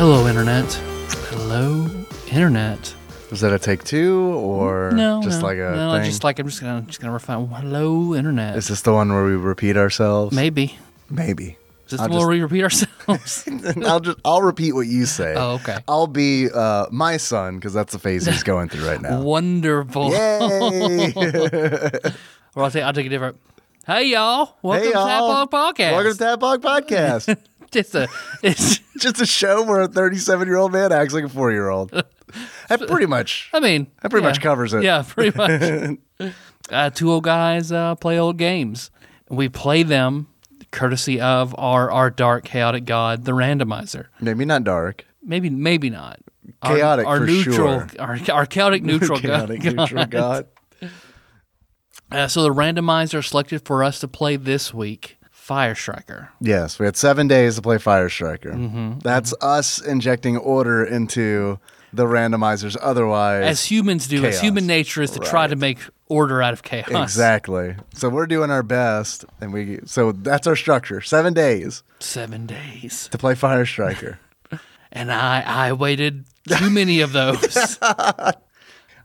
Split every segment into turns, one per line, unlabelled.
Hello, Internet. Hello, Internet.
Was that a take two or
Mm, No,
just
no,
like a
no,
thing?
just like I'm just gonna just gonna refine. Hello, Internet.
Is this the one where we repeat ourselves?
Maybe
Maybe.
is this
I'll
the one where we repeat ourselves?
just, I'll just I'll repeat what you say.
Oh, okay.
I'll be uh, my son because that's the phase he's going through right now.
Wonderful.
Yay!
Or I'll take I'll take a different. Hey y'all, welcome
hey
to
y'all!
Tadpog Podcast.
Welcome to Tap Blog Podcast.
it's a it's.
just a show where a 37 year old man acts like a four year old. That pretty much.
I mean,
That pretty
yeah.
much covers it.
Yeah, pretty much. uh, two old guys uh, play old games. We play them courtesy of our our dark chaotic god, the randomizer.
Maybe not dark.
Maybe maybe not.
Chaotic
our, our
for
neutral,
sure.
Our, our chaotic neutral
Chaotic
god.
neutral god.
Uh, so the randomizer selected for us to play this week, Fire Striker.
Yes, we had seven days to play Fire Striker. That's us injecting order into the randomizers. Otherwise,
As humans do, as
Chaos.
human nature is to try to make order out of chaos.
exactly. So we're doing our best, and we so that's our structure. Seven days
Seven days,
to play Fire Striker.
and I I waited too many of those.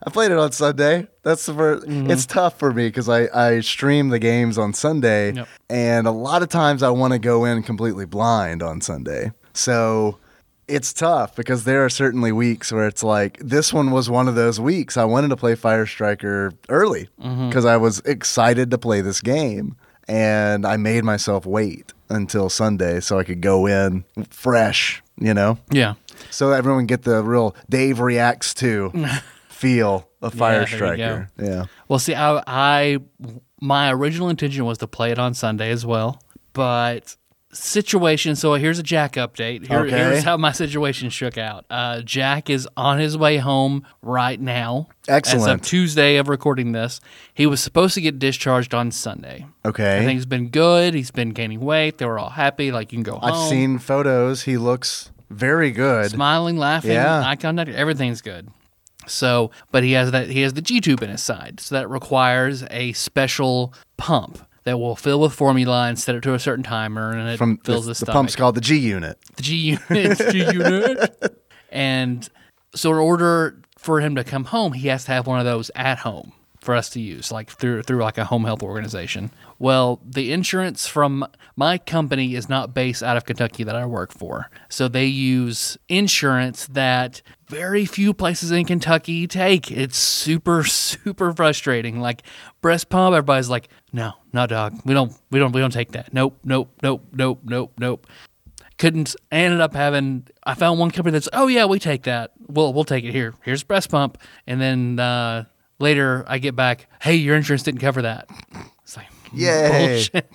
I played it on Sunday. That's the 1st It's tough for me because I I stream the games on Sunday,
Yep.
and a lot of times I want to go in completely blind on Sunday. So. It's tough because there are certainly weeks where it's like this one was one of those weeks. I wanted to play Fire Striker early because I was excited to play this game, and I made myself wait until Sunday so I could go in fresh, you know.
yeah,
So everyone get the real Dave reacts to feel of Fire
there you
Striker. Yeah.
Well, see, I, I my original intention was to play it on Sunday as well, but situation. So here's a Jack update. Here,
Okay.
Here's how my situation shook out. Uh, Jack is on his way home right now. As of
Excellent.
Tuesday of recording this, he was supposed to get discharged on Sunday.
Okay.
I think he's been good. He's been gaining weight. They were all happy. Like you can go home.
I've seen photos. He looks very good.
smiling, laughing,
Yeah.
eye contact, everything's good. So, but he has that he has the G tube in his side, so that requires a special pump that will fill with formula set it to a certain timer, and it
From
fills
the,
his
the
stomach.
pump's called the G Unit.
the G unit, G unit, and so in order for him to come home, he has to have one of those at home for us to use, like through through like a home health organization. Well, the insurance from my company is not based out of Kentucky that I work for, so they use insurance that very few places in Kentucky take. It's super super frustrating. Like breast pump, everybody's like, no, no, dog, we don't we don't we don't take that. Nope, nope, nope, nope, nope, nope couldn't I ended up having I found one company that's oh yeah we take that we'll we'll take it here here's breast pump and then uh, later I get back hey your insurance didn't cover that it's like
Yay.
bullshit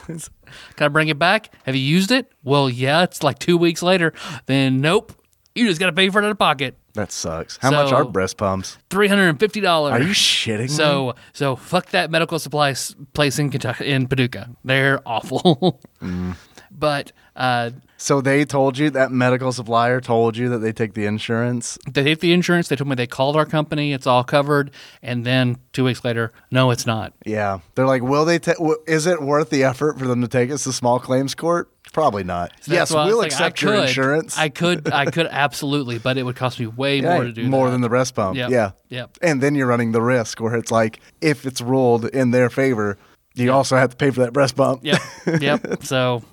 can I bring it back have you used it well yeah it's like two weeks later then nope you just gotta pay for it out of pocket
That sucks. How much
So-
are breast pumps?
three hundred and fifty dollars
Are you shitting me?
so so fuck that medical supply s- place in Kentucky in Paducah they're awful
Mm.
but uh,
So they told you that medical supplier told you that they take the insurance.
they take the insurance. They told me they called our company. It's all covered. And then two weeks later, no, it's not.
Yeah, they're like, will they? Ta- w- is it worth the effort for them to take us to small claims court? Probably not.
So that's
yes,
why I was
we'll
like, I
accept your
could-
insurance.
I could, I could absolutely, but it would cost me way more to do
more
that.
than the breast pump.
Yep.
Yeah.
Yep.
And then you're running the risk where it's like if it's ruled in their favor, you also have to pay for that breast pump.
Yep, yep. So,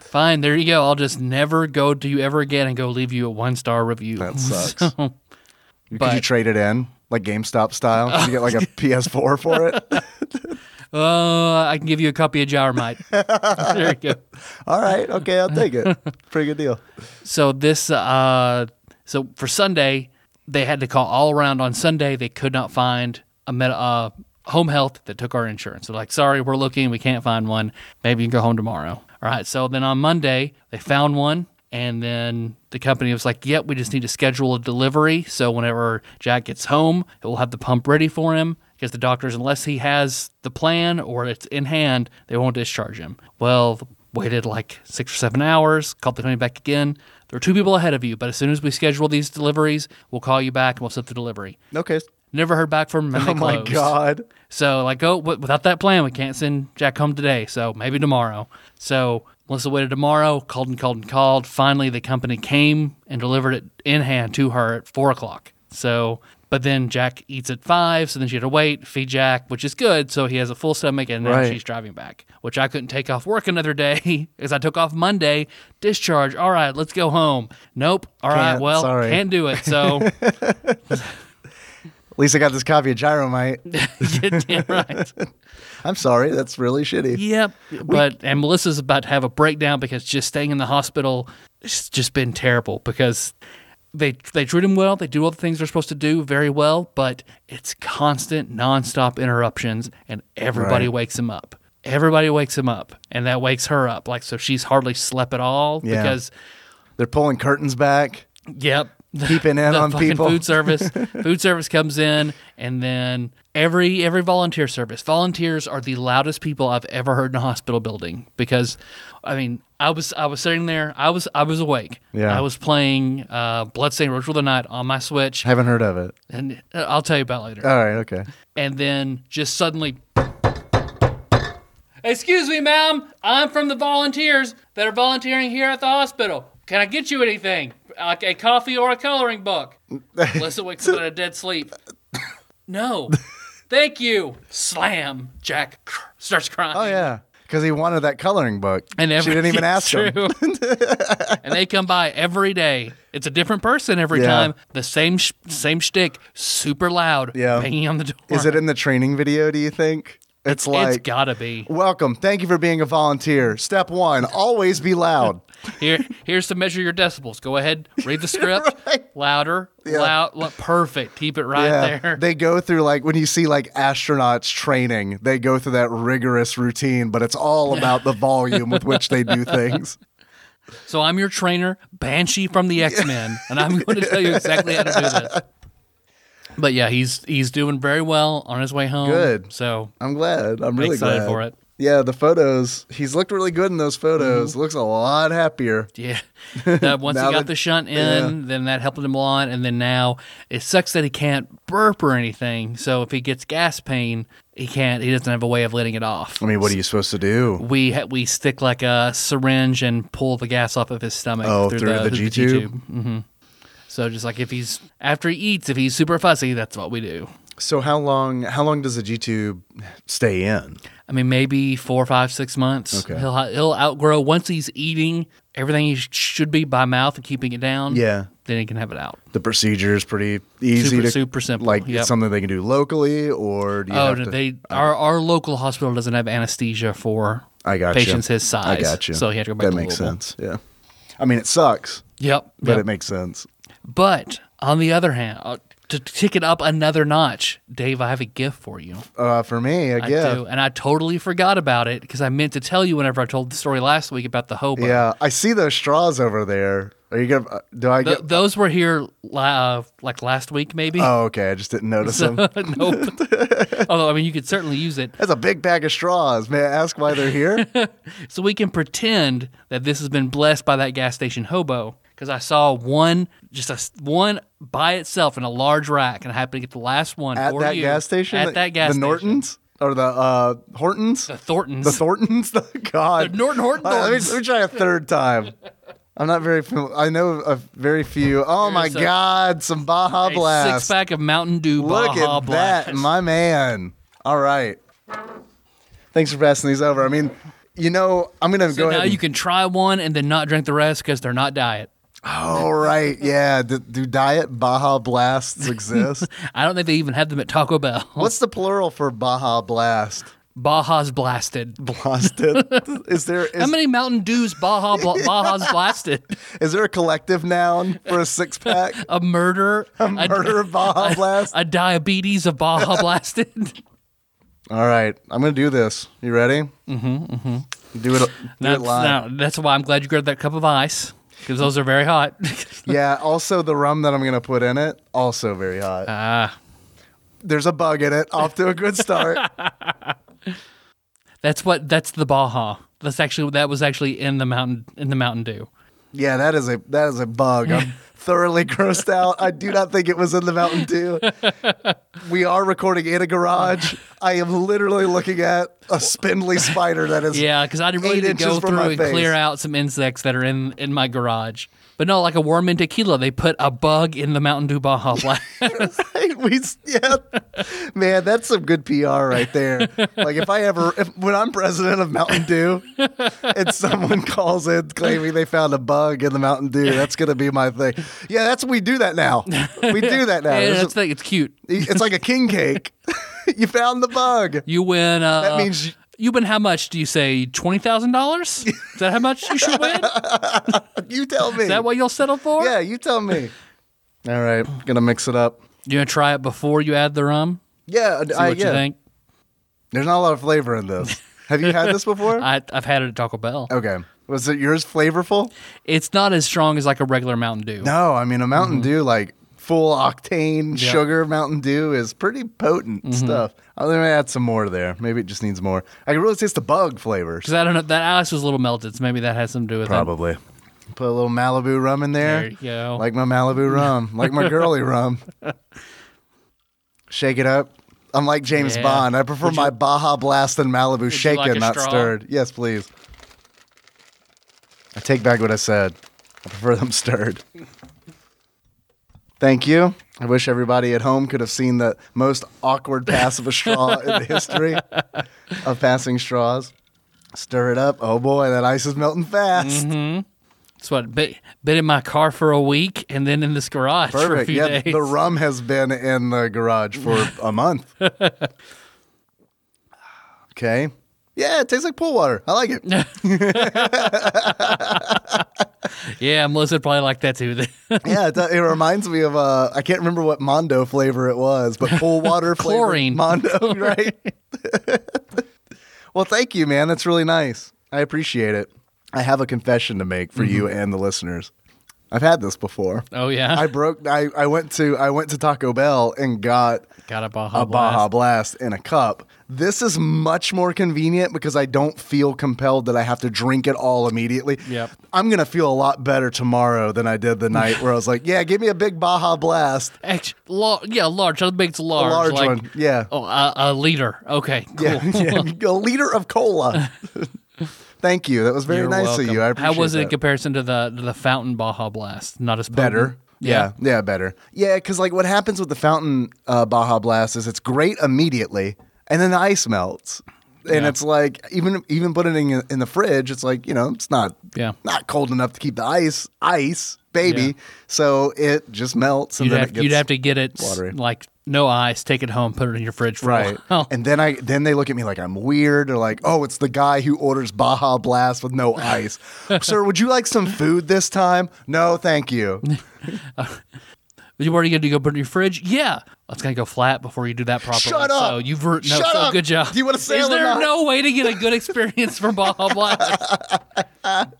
fine. There you go. I'll just never go to you ever again and go leave you a one star review.
That sucks.
So,
Could you
but-
trade it in like GameStop style? Could you get like a PS4 for it?
uh, I can give you a copy of Gyromite. there you go.
All right. Okay, I'll take it. Pretty good deal.
So this uh so for Sunday they had to call all around on Sunday they could not find a med- uh home health that took our insurance. They're like, "Sorry, we're looking, we can't find one. Maybe you can go home tomorrow." All right. So then on Monday, they found one. And then the company was like, yep, we just need to schedule a delivery. So whenever Jack gets home, he'll have the pump ready for him because the doctors, unless he has the plan or it's in hand, they won't discharge him. Well, waited like six or seven hours, called the company back again. There are two people ahead of you, but as soon as we schedule these deliveries, we'll call you back and we'll set the delivery.
Okay.
Never heard back from them. and they
Oh my
closed.
god.
So like, oh, w- without that plan, we can't send Jack home today. So maybe tomorrow. So Melissa waited tomorrow, called and called and called. Finally, the company came and delivered it in hand to her at four o'clock. So, but then Jack eats at five. So then she had to wait, feed Jack, which is good. So he has a full stomach, and now
Right.
she's driving back, which I couldn't take off work another day because I took off Monday. Discharge. All right, let's go home. Nope. All right,
Can't,
Well,
sorry.
can't do it. So.
At least I got this copy of Gyromite.
Damn right.
I'm sorry, that's really shitty.
Yep. But and Melissa's about to have a breakdown because just staying in the hospital it's just been terrible because they they treat him well, they do all the things they're supposed to do very well, but it's constant nonstop interruptions and everybody
Right.
wakes him up. Everybody wakes him up and that wakes her up. Like so she's hardly slept at all
Yeah.
because
They're pulling curtains back.
Yep.
Peeping in
the
on
fucking
people.
Food service. food service comes in, and then every every volunteer service. Volunteers are the loudest people I've ever heard in a hospital building because, I mean, I was I was sitting there. I was I was awake.
Yeah.
I was playing uh, Bloodstained Ritual of the Night on my Switch,
Haven't heard of it.
and uh, I'll tell you about it later.
All right, okay.
and then just suddenly. Excuse me, ma'am. I'm from the volunteers that are volunteering here at the hospital. Can I get you anything? Like a coffee or a coloring book? Melissa wakes up in a dead sleep. No. Thank you. Slam. Jack cr- starts crying.
Oh yeah, because he wanted that coloring book.
And every,
she didn't even
it's
ask him.
true. and they come by every day. It's a different person every
Yeah.
time. The same sh- same shtick, super loud,
Yeah.
banging on the door.
Is it in the training video? Do you think it's
it's
like?
gotta be.
Welcome. Thank you for being a volunteer. Step one: always be loud.
Here, here's to measure your decibels. Go ahead, read the script louder, loud, lo- perfect. Keep it right
Yeah,
there.
they go through like when you see like astronauts training, they go through that rigorous routine, but it's all about the volume with which they do things.
so I'm your trainer, Banshee from the X Men, and I'm going to tell you exactly how to do this. But yeah, he's he's doing very well on his way home.
Good.
So
I'm glad. I'm really
Excited
glad
for it.
Yeah, the photos. He's looked really good in those photos.
Mm-hmm.
Looks a lot happier.
Yeah. That once he
Now
got
that-
the shunt in, then that helped him a lot. And then now it sucks that he can't burp or anything. So if he gets gas pain, he can't. He doesn't have a way of letting it off.
I mean, what are you supposed to do?
we ha- we stick like a syringe and pull the gas off of his stomach.
Oh, through the G tube?
hmm So just like if he's after he eats, if he's super fussy, that's what we do.
So how long? How long does the G tube stay in?
I mean, maybe four, five, six months.
Okay.
He'll ha- he'll outgrow once he's eating everything he sh- should be by mouth and keeping it down.
Yeah.
then he can have it out.
The procedure is pretty easy.
Super-
to,
super simple,
Like
yep.
it's something they can do locally, or do you
Oh,
have to,
they our our local hospital doesn't have anesthesia for
I got
patients his size.
I got you.
So he had to go back
That
to
makes
Louisville.
sense. Yeah. I mean, it sucks,
Yep,
but
yep.
it makes sense.
But on the other hand, uh, to tick it up another notch, Dave, I have a gift for you.
Uh, for me, I,
I
guess.
do, and I totally forgot about it because I meant to tell you whenever I told the story last week about the hobo.
Yeah, I see those straws over there. Are you gonna? uh, Do I
Th-
get?
those were here la- uh, like last week, maybe.
oh, okay. I just didn't notice them.
nope. Although I mean, you could certainly use it,
That's a big bag of straws. May I ask why they're here?
so we can pretend that this has been blessed by that gas station hobo. Because I saw one, just a s one by itself in a large rack, and I happened to get the last one
At
for
that
you
gas station?
At that gas
The
station.
Nortons? Or the uh, Hortons?
The Thorntons.
The Thorntons? God.
The Norton Horton
All right, let, me,
Thorntons.
let me try a third time. I'm not very familiar. I know a very few. Oh my
Here's a-
God, some Baja
a
Blast.
six pack of Mountain Dew
Look
Baja
at
Blast.
that, my man. All right. Thanks for passing these over. I mean, you know, I'm going to
So
go
now
ahead. and-
you can try one and then not drink the rest because they're not diet.
All Oh, right. Yeah. Do, do diet Baja Blasts exist?
I don't think they even have them at Taco Bell.
What's the plural for Baja Blast?
Baja's blasted.
Blasted. is there
How
is,
many Mountain Dews Baja Bla- Baja's blasted?
is there a collective noun for a six pack?
A murder, a,
Murder of Baja Blast.
a diabetes of Baja blasted.
All right, I'm gonna do this. You ready? Mm-hmm. Do it, do it
That's,
live.
now, that's why I'm glad you grabbed that cup of ice because those are very hot.
Yeah. Also, the rum that I'm gonna put in it also very hot.
Ah,
There's a bug in it. Off to a good start.
that's what that's the Baja. That's actually that was actually in the mountain in the Mountain Dew.
yeah, that is a that is a bug. I'm thoroughly grossed out. I do not think it was in the Mountain Dew. We are recording in a garage. I am literally looking at a spindly spider that is.
Yeah, because I really
Eight
need to go
inches from
through
my
and
face.
clear out some insects that are in in my garage. But no, like a worm in tequila, they put a bug in the Mountain Dew Baja Blast.
Right? We s- yeah, man, that's some good PR right there. Like if I ever, if, when I'm president of Mountain Dew, and someone calls in claiming they found a bug in the Mountain Dew, that's gonna be my thing. Yeah, that's we do that now. We do that now.
yeah,
There's
that's
a-
the thing. It's cute.
it's like a king cake. you found the bug.
You win. Uh,
That means you-
you win. How much do you say? Twenty thousand dollars? Is that how much you should win? Is
You tell me.
that what you'll settle for?
yeah, you tell me. All right, gonna mix it up.
You gonna try it before you add the rum?
Yeah,
See what
I, Uh, yeah.
you think.
There's not a lot of flavor in this. Have you had this before?
I, I've had it at Taco Bell.
okay. Was it yours flavorful?
It's not as strong as like a regular Mountain Dew.
No, I mean a Mountain Dew like full octane
Mm-hmm. Yeah. Mm-hmm.
sugar Mountain Dew is pretty potent stuff. I'm gonna add some more there. Maybe it just needs more. I can really taste the bug flavors.
Because I don't know, that ice was a little melted, so maybe that has something to do with it.
Probably. Put a little Malibu rum in there.
There you go.
Like my Malibu rum, like my girly rum. Shake it up. I'm like James
Yeah.
Bond. I prefer
Would you-
my Baja Blast and Malibu shaken,
like a
not
straw?
stirred. Yes, please. I take back what I said. I prefer them stirred. Thank you. I wish everybody at home could have seen the most awkward pass of a straw in the history of passing straws. Stir it up. Oh boy, that ice is melting fast.
That's what been, been in my car for a week and then in this garage for a
Perfect.
few
Yeah,
days.
the rum has been in the garage for a month. Okay. Yeah, it tastes like pool water. I like it.
yeah, Melissa probably like that too. then.
Yeah, it, it reminds me of uh, I can't remember what Mondo flavor it was, but pool water flavor
Chlorine.
Mondo, right? well, thank you, man. That's really nice. I appreciate it. I have a confession to make for you and the listeners. I've had this before.
Mm-hmm. oh yeah,
I broke. I, I went to I went to Taco Bell and got
got a Baja.
a Baja
Blast.
Blast in a cup. This is much more convenient because I don't feel compelled that I have to drink it all immediately.
Yep.
I'm going to feel a lot better tomorrow than I did the night where I was like, yeah, give me a big Baja Blast.
Act- lar- yeah, large. I'll make it large.
large
like-
one, yeah.
Oh, a, a liter. Okay, cool.
Yeah, yeah, a liter of cola. Thank you. That was very
You're
nice
welcome.
of you. I
How
appreciate
was it in
that.
comparison to the to the fountain Baja Blast? Not as potent?
better.
Yeah.
Yeah. yeah, better. Yeah, because like what happens with the fountain uh, Baja Blast is it's great immediately, and then the ice melts, and
Yeah.
it's like even even putting it in, in the fridge, it's like you know it's not
Yeah.
not cold enough to keep the ice ice baby,
Yeah.
so it just melts and
You'd
then
have,
it gets
you'd have to get it s-
watery.
like no ice, take it home, put it in your fridge for
right.
a while.
And then I then they look at me like I'm weird or like oh it's the guy who orders Baja Blast with no ice, sir. Would you like some food this time? No, thank you.
You already going to go put it in your fridge? Yeah. It's going to go flat before you do that properly.
Shut up.
So you've re- no,
Shut
so
up.
good job.
Do you wanna sail
Is
or
there
not?
no way to get a good experience from Baja Blast?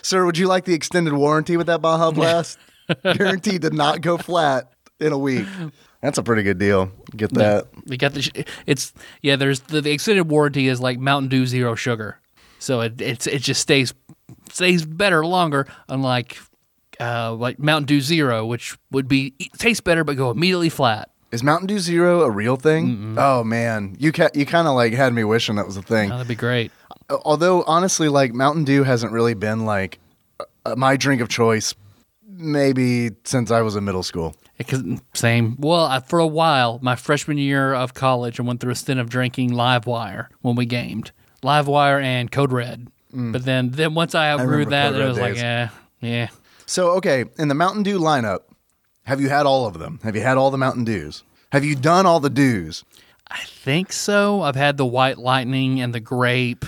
Sir, would you like the extended warranty with that Baja Blast? Guaranteed to not go flat in a week. That's a pretty good deal. Get that.
we got the sh- it's yeah, there's the, the extended warranty is like Mountain Dew zero sugar. So it it's it just stays stays better longer unlike uh, like Mountain Dew Zero, which would be taste better but go immediately flat.
Is Mountain Dew Zero a real thing? Oh man, you ca- you kind of like had me wishing that was a thing.
Oh, that'd be great.
Although honestly, like Mountain Dew hasn't really been like uh, my drink of choice, maybe since I was in middle school.
It could- mm, same. Well, I, for a while, my freshman year of college, I went through a stint of drinking Livewire when we gamed Livewire and Code Red. But then, then once I outgrew
Mm. remember
that,
Code
it
Red
was like,
days.
yeah, yeah.
So okay, in the Mountain Dew lineup, have you had all of them? Have you had all the Mountain Dews? Have you done all the Dews?
I think so. I've had the White Lightning and the Grape,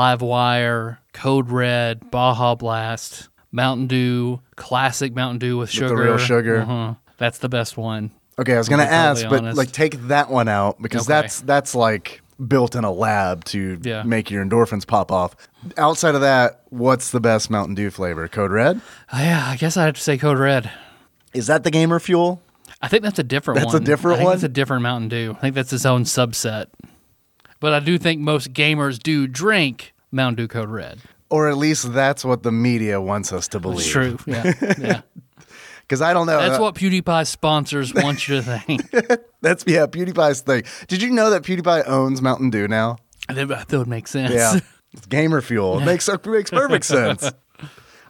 Livewire, Code Red, Baja Blast, Mountain Dew, classic Mountain Dew with
the
sugar,
real sugar.
Uh-huh. That's the best one.
Okay, I was gonna
be totally
ask, but
honest.
like take that one out because
Okay.
that's that's like built in a lab to
Yeah.
make your endorphins pop off. Outside of that, what's the best Mountain Dew flavor? Code Red?
Yeah, I guess I have to say Code Red.
Is that the gamer fuel?
I think that's a different
That's a
one.
different
I think That's a
one?
different Mountain Dew. I think that's its own subset. But I do think most gamers do drink Mountain Dew Code Red.
Or at least that's what the media wants us to believe.
It's true. Yeah. Yeah.
Because I don't know.
That's
Uh,
what PewDiePie sponsors want you to think.
That's yeah, PewDiePie's thing. Did you know that PewDiePie owns Mountain Dew now?
that that would make sense.
Yeah, it's gamer fuel. It makes it makes perfect sense.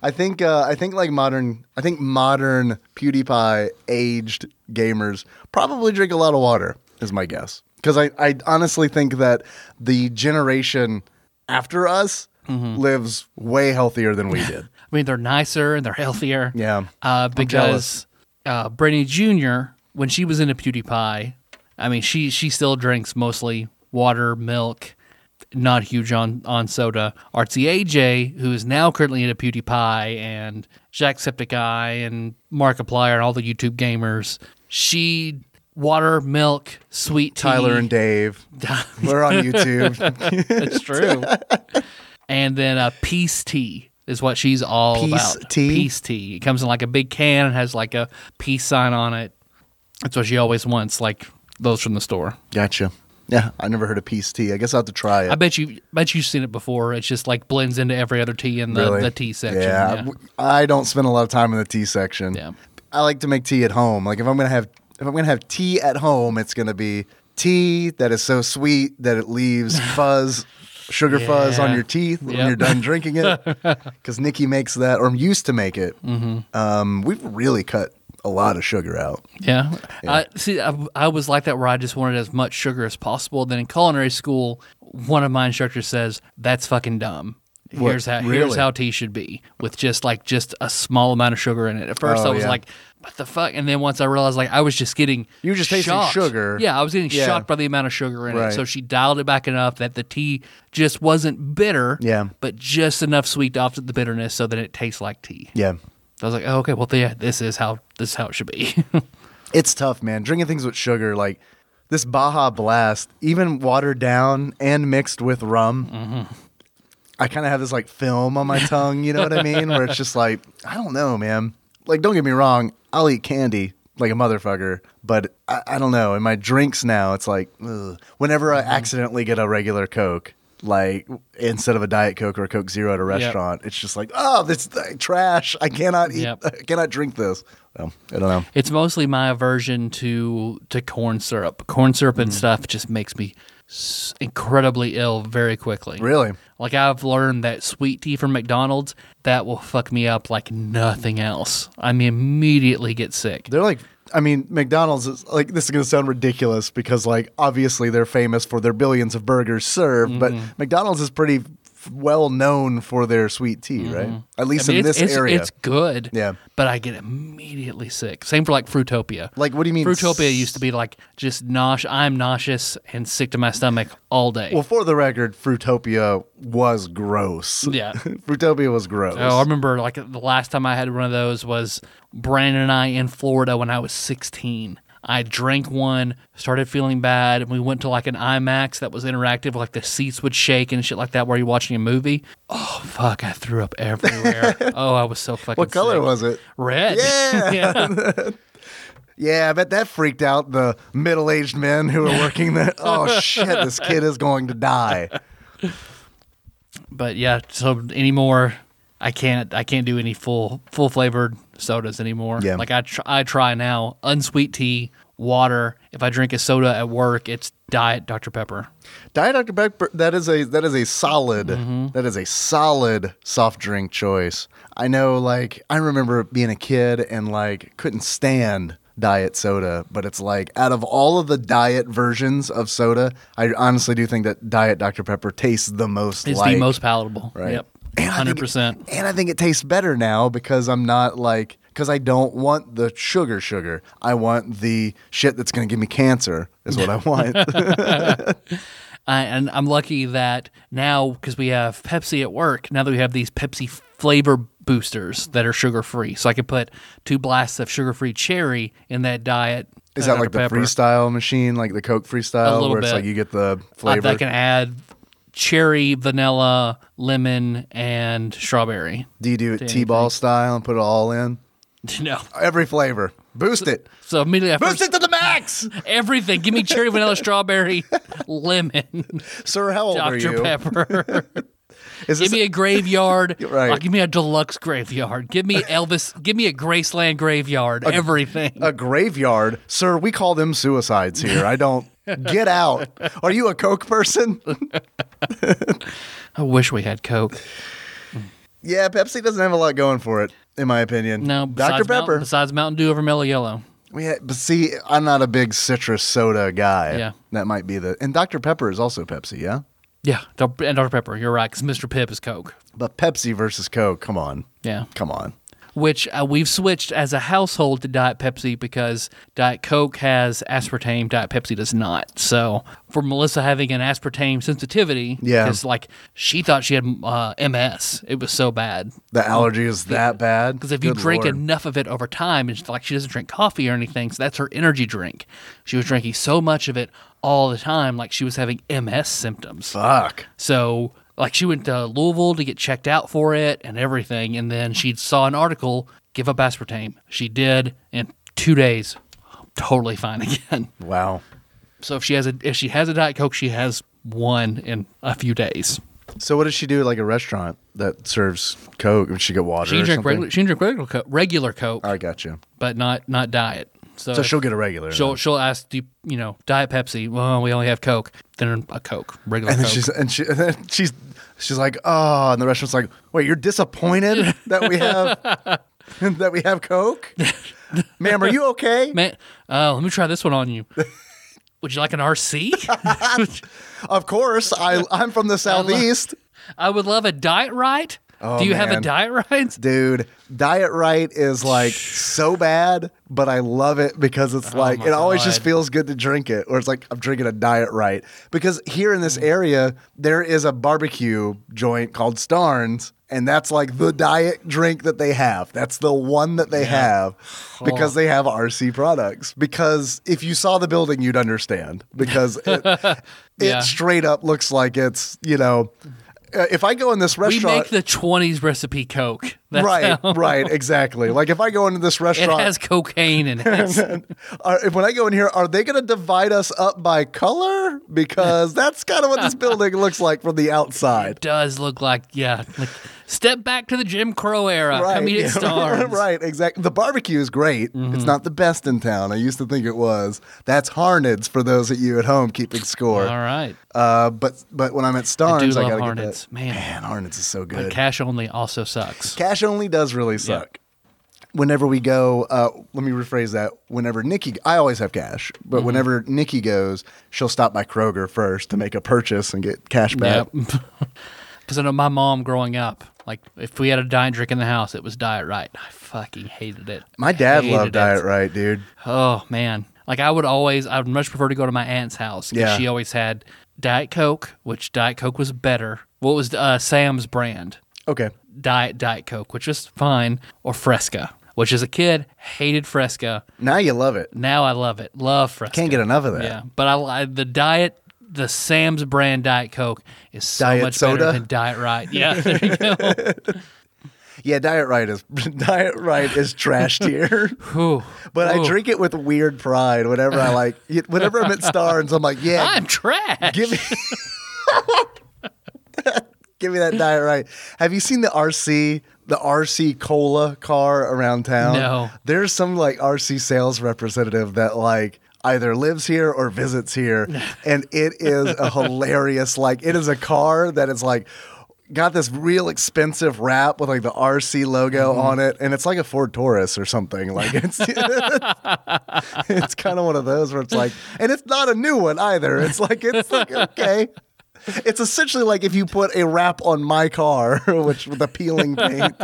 I think uh, I think like modern I think modern PewDiePie aged gamers probably drink a lot of water is my guess because I, I honestly think that the generation after us lives way healthier than we did.
I mean, they're nicer and they're healthier.
Yeah.
Uh,
jealous.
because uh, Brittany Jr., when she was into PewDiePie, I mean, she, she still drinks mostly water, milk, not huge on, on soda. Artsy AJ, who is now currently into PewDiePie and Jacksepticeye and Markiplier and all the YouTube gamers, she water, milk, sweet tea.
Tyler and Dave, we're on YouTube.
That's true. and then a peace tea is what she's all
Peace
about.
tea?
Peace tea. It comes in like a big can and has like a peace sign on it. That's what she always wants, like those from the store.
gotcha. Yeah, I never heard of Peace Tea. I guess I'll have to try it.
I bet you bet you've seen it before. It's just like blends into every other tea in the,
Really?
the tea section.
Yeah,
Yeah.
w- I don't spend a lot of time in the tea section.
Yeah.
I like to make tea at home. Like if I'm gonna have if I'm gonna have tea at home, it's gonna be tea that is so sweet that it leaves fuzz, sugar fuzz on
Yeah.
your teeth when
Yep.
you're done drinking it. Because Nikki makes that, or used to make it.
Mm-hmm.
Um, we've really cut a lot of sugar out.
Yeah. I, see, I, I was like that where I just wanted as much sugar as possible. Then in culinary school, one of my instructors says, that's fucking dumb.
What,
Here's how here's
really?
how tea should be with just like just a small amount of sugar in it. At first, I
Oh,
was
yeah.
like, "What the fuck?" And then once I realized, like, I was just getting
You were just tasting
shocked.
sugar.
Yeah, I was getting
Yeah.
shocked by the amount of sugar in
Right.
it. So she dialed it back enough that the tea just wasn't bitter.
Yeah.
but just enough sweet to offset the bitterness so that it tastes like tea.
Yeah,
I was like, oh, okay, well, yeah, this is how this is how it should be.
it's tough, man. Drinking things with sugar, like this Baja Blast, even watered down and mixed with rum. I kind of have this like film on my tongue, you know what I mean? Where it's just like, I don't know, man. Like, don't get me wrong, I'll eat candy like a motherfucker, but I, I don't know. In my drinks now, it's like, ugh. whenever I accidentally get a regular Coke, like instead of a Diet Coke or a Coke Zero at a restaurant, it's just like, oh, this is, like, trash. I cannot eat,
Yep.
I cannot drink this. So, I don't know.
It's mostly my aversion to to corn syrup. Corn syrup
Mm.
and stuff just makes me s- incredibly ill very quickly.
Really?
Like I've learned that sweet tea from McDonald's that will fuck me up like nothing else. I mean, immediately get sick.
They're like, I mean, McDonald's is like, this is going to sound ridiculous because, like, obviously they're famous for their billions of burgers served,
Mm-hmm.
but McDonald's is pretty f- well known for their sweet tea, right? At
Mm-hmm. I
least
mean,
in
it's,
this
it's,
area.
it's good.
Yeah.
But I get immediately sick. Same for like Fruitopia.
Like, what do you mean?
Fruitopia used to be like just nosh. I'm nauseous and sick to my stomach all day.
Well, for the record, Fruitopia was gross.
Yeah.
Fruitopia was gross.
Oh, I remember like the last time I had one of those was Brandon and I in Florida when I was 16. I drank one, started feeling bad, and we went to like an IMAX that was interactive, like the seats would shake and shit like that while you're watching a movie. Oh fuck, I threw up everywhere. oh, I was so fucking
what color
sick.
was it?
Red.
Yeah.
yeah.
Yeah, I bet that freaked out the middle aged men who were working there. Oh, shit, this kid is going to die.
But yeah, so anymore I can't I can't do any full full flavored sodas anymore.
Yeah.
Like I tr- I try now unsweet tea, water. If I drink a soda at work, it's diet Dr Pepper.
Diet Dr Pepper. That is a that is a solid
Mm-hmm.
that is a solid soft drink choice. I know, like I remember being a kid and like couldn't stand diet soda, but it's like out of all of the diet versions of soda, I honestly do think that Diet Dr Pepper tastes the most.
It's
like-
the most palatable.
right?
Yep.
And I
Hundred
think it-
percent.
and I think it tastes better now because I'm not like because I don't want the sugar sugar. I want the shit that's going to give me cancer. Is what I want.
I, and I'm lucky that now because we have Pepsi at work. Now that we have these Pepsi flavor boosters that are sugar free. So I could put two blasts of sugar free cherry in that diet.
Is
uh,
that like the
Dr. Pepper.
freestyle machine, like the Coke freestyle,
little
where it's
bit.
like you get the
I
flavor?
can add cherry, vanilla, lemon, and strawberry.
Do you do it T-ball style and put it all in?
No.
Every flavor, boost it,
So immediately I
boost
first,
it to the max.
everything. Give me cherry, vanilla, strawberry, lemon,
Sir, how old are
Dr.
you?
Pepper.
Is this
give me a graveyard.
Right.
Like, give me a deluxe graveyard. Give me Elvis. give me a Graceland graveyard. everything.
a graveyard, sir? We call them suicides here. I don't get out. Are you a Coke person?
I wish we had Coke.
yeah, Pepsi doesn't have a lot going for it, in my opinion.
No,
Dr.
besides Mount-
Pepper.
besides Mountain Dew over Mellow Yellow.
we had, but see, I'm not a big citrus soda guy.
Yeah.
that might be the. And Dr. Pepper is also Pepsi. Yeah,
Yeah, Dr- and Dr. Pepper. You're right, because Mr. Pip is Coke.
but Pepsi versus Coke. Come on,
Yeah.
come on.
Which uh, we've switched as a household to Diet Pepsi because Diet Coke has aspartame, Diet Pepsi does not. So for Melissa having an aspartame sensitivity,
Yeah.
because like she thought she had uh, MS, it was so bad.
The allergy is that bad.
Because if you
Good
drink
Lord.
enough of it over time, it's like she doesn't drink coffee or anything, so that's her energy drink. She was drinking so much of it all the time, like she was having MS symptoms.
fuck.
So, like, she went to Louisville to get checked out for it and everything. And then she saw an article give up aspartame. She did in two days, totally fine again.
Wow.
So if she has a if she has a diet coke, she has one in a few days.
So what does she do at like a restaurant that serves Coke? Would she get water
She can
or
drink
something?
regular she can drink regular coke, regular coke,
I got you.
but not not diet. So,
So
if-
she'll get a regular.
Uh, she'll she'll ask do you, you know diet Pepsi? Well, we only have coke. Then a coke, regular
and then
coke.
she's and she and then she's she's like, oh, and the restaurant's like, wait, you're disappointed that we have that we have Coke, ma'am? Are you okay?
Man, uh, let me try this one on you. Would you like an RC?
Of course, I I'm from the southeast,
I would love a diet right.
Oh,
Do you have a
man.
diet right?
dude. Diet right is like so bad, but I love it because it's like
Oh my
it always just
God.
feels good to drink it. Or it's like I'm drinking a diet right because here in this area there is a barbecue joint called Starnes. And that's like the diet drink that they have. That's the one that they have because
Oh.
they have RC products. Because if you saw the building, you'd understand because it, it
Yeah.
straight up looks like it's, you know, uh, if I go in this
We
restaurant.
make the 20s recipe Coke. That's
right,
how-
right, exactly. Like if I go into this
it
restaurant,
has cocaine in it.
are, if- when I go in here, are they going to divide us up by color? Because that's kind of what this building looks like from the outside.
does look like, yeah. Like, step back to the Jim Crow era.
Right,
Come eat
yeah,
at Starz.
right, exactly. The barbecue is great.
Mm-hmm.
It's not the best in town. I used to think it was. That's Harned's for those of you at home keeping score.
All right.
Uh, but but when I'm at
do
Starnes, I,
love
gotta
Harned's.
get that.
Man.
man, Harned's is so good.
But cash only also sucks.
Cash only does really suck. Whenever we go, uh, let me rephrase that. Whenever Nikki, I always have cash, but
Mm-hmm.
whenever Nikki goes, she'll stop by Kroger first to make a purchase and get cash back.
Yep. Because I know my mom growing up, like, if we had a diet drink in the house, it was diet right. I fucking hated it.
My dad
Hated
loved
it.
Diet Right, dude.
Oh man, like I would always, I would much prefer to go to my aunt's house. 'cause
Yeah.
she always had Diet Coke, which Diet Coke was better. What was uh, Sam's brand?
Okay,
Diet Diet Coke, which was fine, or Fresca, which as a kid hated Fresca.
now you love it.
Now I love it, love Fresca.
Can't get enough of that.
Yeah, but I li- the diet. The Sam's brand Diet Coke is so
Diet
much
soda?
better than Diet Right. Yeah, there you go.
Yeah, Diet Right is Diet Right is trashed here.
Whew.
But I
Whew.
drink it with weird pride whenever I like. Whenever I'm at Starnes, I'm like, yeah,
I'm trash.
Give me Give me that diet right. Have you seen the RC the RC cola car around town?
No.
There's some like RC sales representative that like either lives here or visits here and it is a hilarious like it is a car that is like got this real expensive wrap with like the RC logo on it and it's like a Ford Taurus or something like it's it's kind of one of those where it's like, and it's not a new one either. It's like it's like okay. It's essentially like if you put a wrap on my car, which with the peeling paint,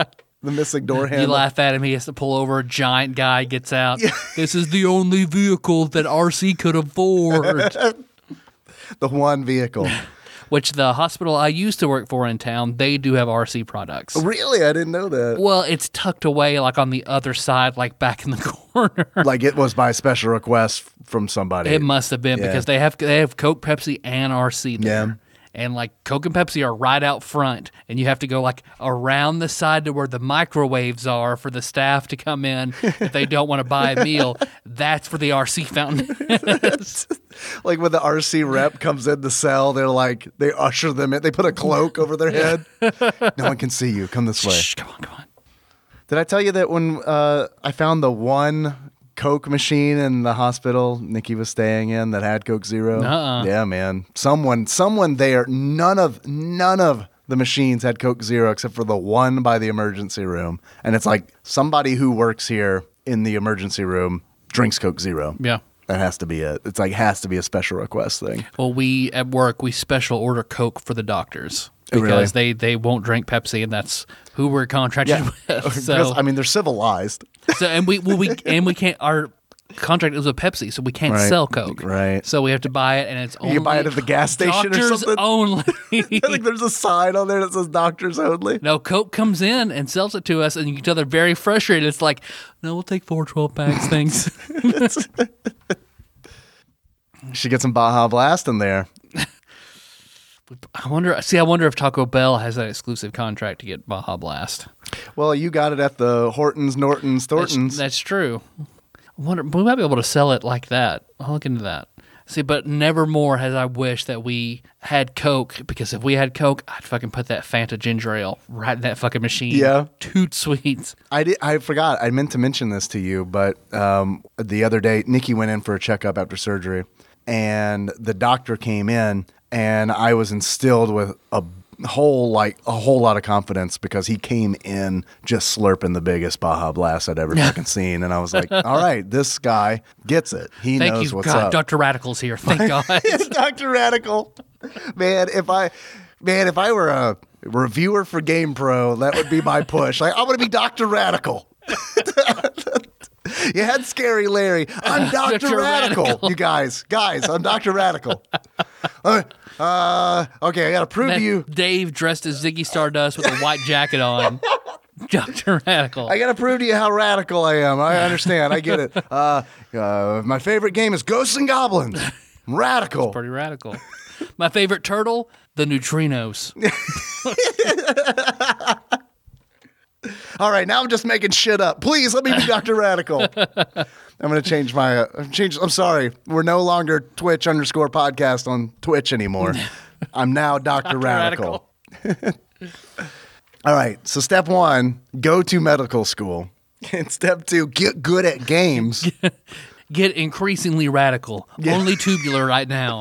the missing door
You
handle.
laugh at him. He has to pull over. A giant guy gets out. This is the only vehicle that RC could afford.
The one vehicle.
which the hospital I used to work for in town, they do have RC products.
Really, I didn't know that.
Well, it's tucked away like on the other side, like back in the corner.
Like it was by special request from somebody.
It must have been
Yeah.
because they have they have Coke, Pepsi, and RC there.
Yeah.
And like Coke and Pepsi are right out front, and you have to go like around the side to where the microwaves are for the staff to come in if they don't want to buy a meal. That's where the RC fountain is.
Like when the RC rep comes in the cell, they're like they usher them in. They put a cloak over their head. no one can see you. Come this way.
Shh, come on, come on.
Did I tell you that when uh, I found the one Coke machine in the hospital Nikki was staying in that had Coke 0
Nuh-uh.
Yeah, man. Someone, someone there. None of, none of the machines had Coke Zero except for the one by the emergency room. And it's like somebody who works here in the emergency room drinks Coke Zero.
Yeah.
That has to be it. It's like has to be a special request thing.
Well, we at work we special order Coke for the doctors
Oh,
because
really?
they they won't drink Pepsi, and that's who we're contracted with.
Because,
So
I mean, they're civilized.
So and we well, we and we can't our contract is with Pepsi, so we can't
Right.
sell Coke.
Right.
So we have to buy it, and it's only
You buy it at the gas station or
doctors
something?
only.
I think there's a sign on there that says doctors only.
no, Coke comes in and sells it to us, and you can tell they're very frustrated. It's like, no, we'll take four 12 packs, thanks.
Should get some Baja Blast in there.
I wonder. See, I wonder if Taco Bell has that exclusive contract to get Baja Blast.
Well, you got it at the Hortons, Nortons,
That's,
Thorntons.
that's true. I wonder we might be able to sell it like that. I'll look into that. See, but never more has I wished that we had Coke because if we had Coke, I'd fucking put that Fanta ginger ale right in that fucking machine.
Yeah.
toot sweets.
I did, I forgot. I meant to mention this to you, but um, the other day Nikki went in for a checkup after surgery, and the doctor came in, and I was instilled with a whole like a whole lot of confidence because he came in just slurping the biggest Baja Blast I'd ever fucking seen, and I was like, all right, this guy gets it. He
Thank
knows
you,
what's
God.
up.
Doctor Radical's here. Thank God.
it's Dr. Radical. Man, if I man, if I were a reviewer for Game Pro, that would be my push. Like I want to be Dr. Radical. you had Scary Larry. I'm Dr.
Dr.
Radical.
Radical.
You guys, guys, I'm Dr. Radical. Uh, uh, okay, I got to prove to you.
Dave dressed as Ziggy Stardust with a white jacket on. Doctor Radical.
I got to prove to you how radical I am. I understand. I get it. Uh, uh, my favorite game is Ghosts and Goblins. I'm radical.
Pretty radical. My favorite turtle, the neutrinos.
All right, now I'm just making shit up. Please let me be Dr. Radical. I'm going to change my uh, change. I'm sorry. We're no longer Twitch underscore podcast on Twitch anymore. I'm now Dr. Radical.
Radical.
All right. So step one, go to medical school. And step two, get good at games.
Get increasingly radical. Only tubular right now.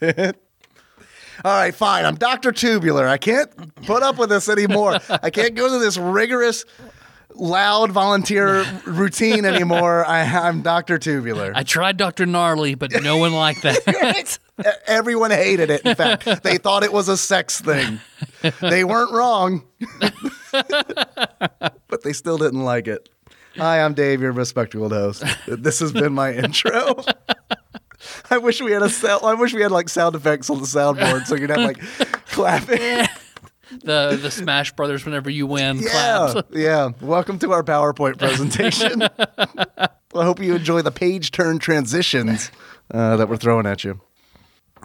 right? All right, fine. I'm Dr. Tubular. I can't put up with this anymore. I can't go to this rigorous, loud volunteer routine anymore. I, I'm Dr. Tubular.
I tried Dr. Gnarly, but no one liked that.
E- Everyone hated it, in fact. they thought it was a sex thing. They weren't wrong, but they still didn't like it. Hi, I'm Dave, your bespectacled host. This has been my intro. I wish we had a sound. I wish we had like sound effects on the soundboard so you could have like clapping.
the the Smash Brothers whenever you win
Yeah,
claps.
yeah. Welcome to our PowerPoint presentation. I hope you enjoy the page turn transitions uh, that we're throwing at you.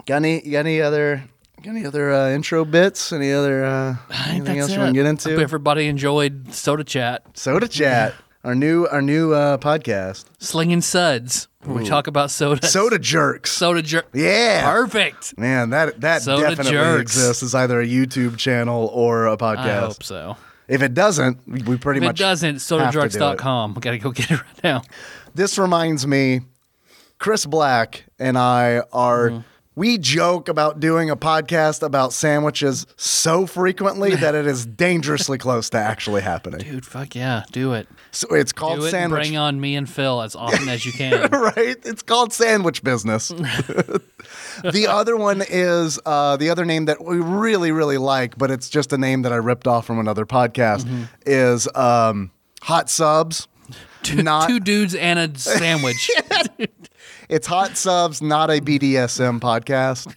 Got any? You got any other? Got any other uh, intro bits? Any other? Uh, anything else you want to get
Hope
into?
everybody enjoyed Soda Chat,
Soda chat. Our new our new uh, podcast.
Slinging Suds. where We talk about soda.
Soda jerks.
soda jerk.
Yeah.
Perfect.
Man, that that
Soda
definitely
jerks.
exists as either a YouTube channel or a
I
podcast.
hope so.
If it doesn't, we we pretty
If it
much
doesn't,
have to do it.
sodadrugs.com. We got to go get it right now.
this reminds me Chris Black and I are
Mm-hmm.
we joke about doing a podcast about sandwiches so frequently that it is dangerously close to actually happening.
Dude, fuck yeah. Do it.
So it's called
Do it and
sandwich
bring on me and Phil as often as you can.
right? It's called sandwich business. the other one is uh, the other name that we really, really like, but it's just a name that I ripped off from another podcast.
Mm-hmm.
Is um, hot subs.
two,
Not-
two dudes and a sandwich.
It's hot subs, not a BDSM podcast.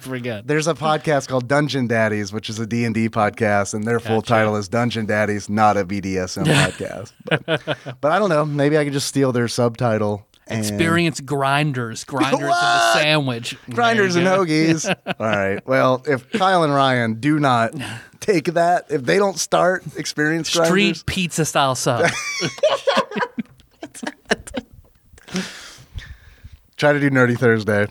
Forget.
There's a podcast called Dungeon Daddies, which is a D&D podcast, and their full
Gotcha.
title is Dungeon Daddies, not a BDSM podcast. But, but I don't know. Maybe I could just steal their subtitle. and-
Experience grinders, grinders in the
What?
sandwich. There
Grinders
you
and
go.
hoagies. All right. Well, if Kyle and Ryan do not take that, if they don't start experience grinders,
Street pizza style sub.
try to do Nerdy Thursday.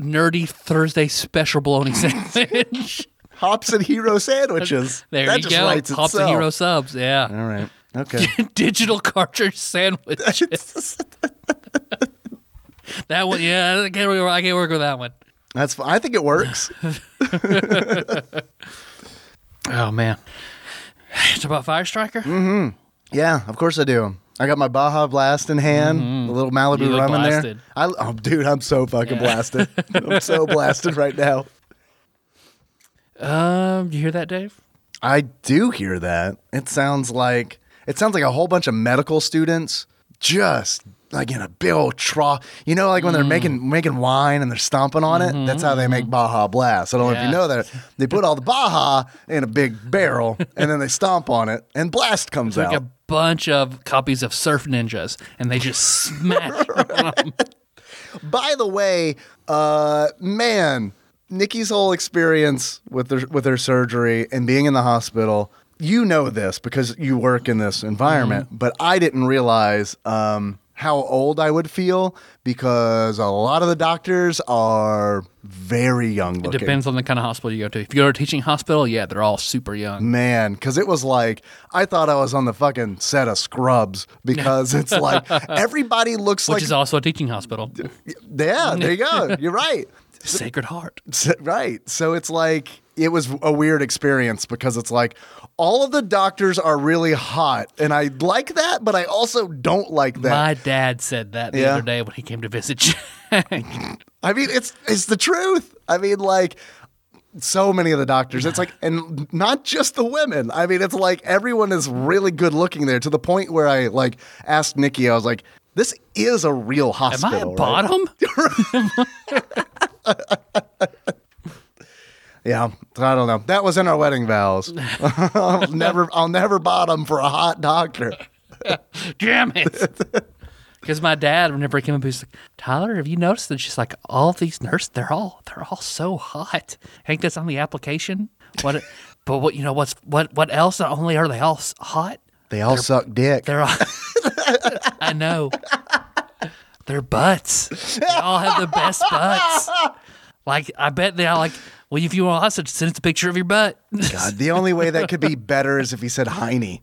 Nerdy Thursday special bologna sandwich.
Hops and hero sandwiches.
There
that
you
just
go.
Writes
Hops and
itself.
Hero subs. Yeah.
All right. Okay.
Digital cartridge sandwich. That one, yeah, I can't, I can't work with that one.
That's. fi- I think it works.
Oh man, it's about Fire Striker.
Mm. Yeah, of course I do. I got my Baja Blast in hand, a little Malibu
Mm-hmm. You look
rum in
blasted.
there. I, oh, dude, I'm so fucking
Yeah.
blasted. I'm so blasted right now.
Um, you hear that, Dave?
I do hear that. It sounds like it sounds like a whole bunch of medical students just like in a big old trough. You know, like when
Mm.
they're making making wine and they're stomping on it. That's how they make Baja Blast. I don't know if
Mm-hmm. Yeah.
you know that. They put all the Baja in a big barrel and then they stomp on it and blast comes
Like
out.
a bunch of copies of Surf Ninjas, and they just smash.
By the way, uh, man, Nikki's whole experience with her with her surgery and being in the hospital. You know this because you work in this environment,
Mm-hmm.
but I didn't realize um, how old I would feel because a lot of the doctors are very young looking.
Depends on the kind of hospital you go to. If you go to a teaching hospital, yeah, they're all super young.
Man, because it was like I thought I was on the fucking set of Scrubs because it's like everybody looks
Which
like
is also a teaching hospital.
yeah. There you go. You're right.
Sacred Heart.
So- right. So it's like it was a weird experience because it's like all of the doctors are really hot, and I like that, but I also don't like that.
My dad said that the
Yeah.
other day when he came to visit Jack.
I mean, it's it's the truth. I mean, like so many of the doctors. It's like, and not just the women. I mean, it's like everyone is really good looking there to the point where I like asked Nikki. I was like, "This is a real
Am I
hospital."
a
right?
bottom?
Yeah, I don't know. That was in our wedding vows. I'll never, I'll never bottom for a hot doctor.
Damn it. Because my dad, whenever he came up, he was like, Tyler, have you noticed that she's like, all these nurses, they're all they're all so hot. I think that's on the application. What but what you know, what's what what else? Not only are they all s- hot,
They all suck dick.
they're all I know. Their butts. They all have the best butts. Like I bet they all like well, if you want us, just send us a picture of your butt.
God, the only way that could be better is if he said Heine.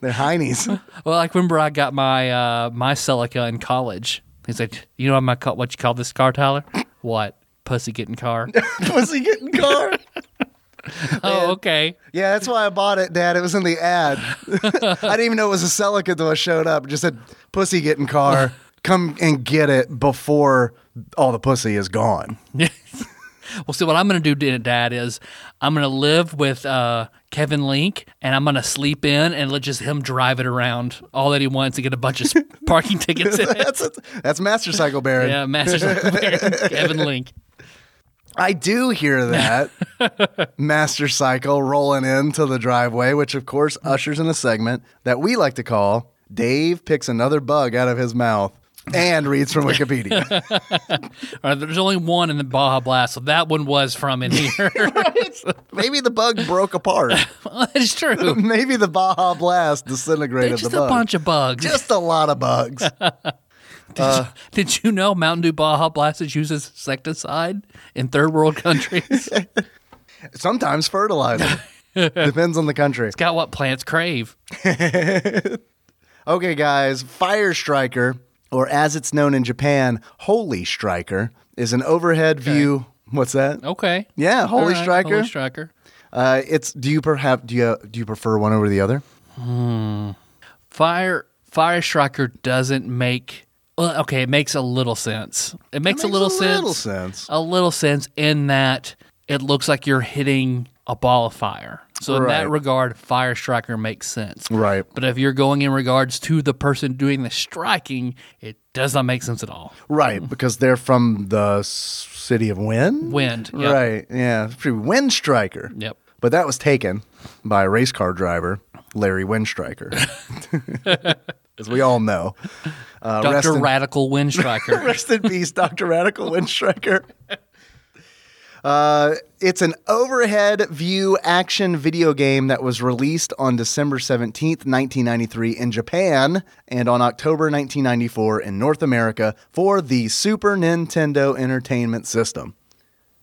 They're Heinies.
Well, like remember I got my uh, my Celica in college. He's like, you know what my ca- what you call this car, Tyler? What pussy getting car?
Pussy getting car.
oh, okay.
Yeah, that's why I bought it, Dad. It was in the ad. I didn't even know it was a Celica until I showed up. It just said pussy getting car. Come and get it before all the pussy is gone.
Well, see, what I'm gonna do, Dan- Dad, is I'm gonna live with uh, Kevin Link, and I'm gonna sleep in and let just him drive it around all that he wants and get a bunch of s- parking tickets in it.
That's a, that's Master Cycle Baron.
Yeah, Masters of Kevin Link.
I do hear that Master Cycle rolling into the driveway, which of course ushers in a segment that we like to call Dave picks another bug out of his mouth and reads from Wikipedia.
All right, there's only one in the Baja Blast, so that one was from in here.
Maybe the bug broke apart.
it's true.
Maybe the Baja Blast disintegrated
Just
the
a
bug.
bunch of bugs.
Just a lot of bugs.
Did you know Mountain Dew Baja Blast is used as insecticide in third world countries?
Sometimes fertilizer. Depends on the country.
Got what plants crave.
Okay, guys, Fire Striker, or as it's known in Japan, Holy Striker, is an overhead view. What's that?
Okay.
Yeah, Holy
All right,
Striker.
Holy Striker.
Uh, it's do you perhaps do you do you prefer one over the other?
Fire Fire Striker doesn't make well, okay, it makes a little sense. It makes,
makes
a little
a
sense. Uh,
little sense.
A little sense in that it looks like you're hitting a ball of fire. So in that
Right.
regard, fire striker makes sense.
Right.
But if you're going in regards to the person doing the striking, it does not make sense at all.
Right, because they're from the s- city of Wind.
Wind, yep.
Right. Yeah. It's pretty Wind Striker.
Yep.
But that was taken by a race car driver, Larry Windstriker. As we all know. Uh, rest
Dr.
in-
Radical Windstriker.
Rest in peace, Dr. Radical Windstriker. Uh, it's an overhead view action video game that was released on December 17th, 1993 in Japan and on October 1994 in North America for the Super Nintendo Entertainment System.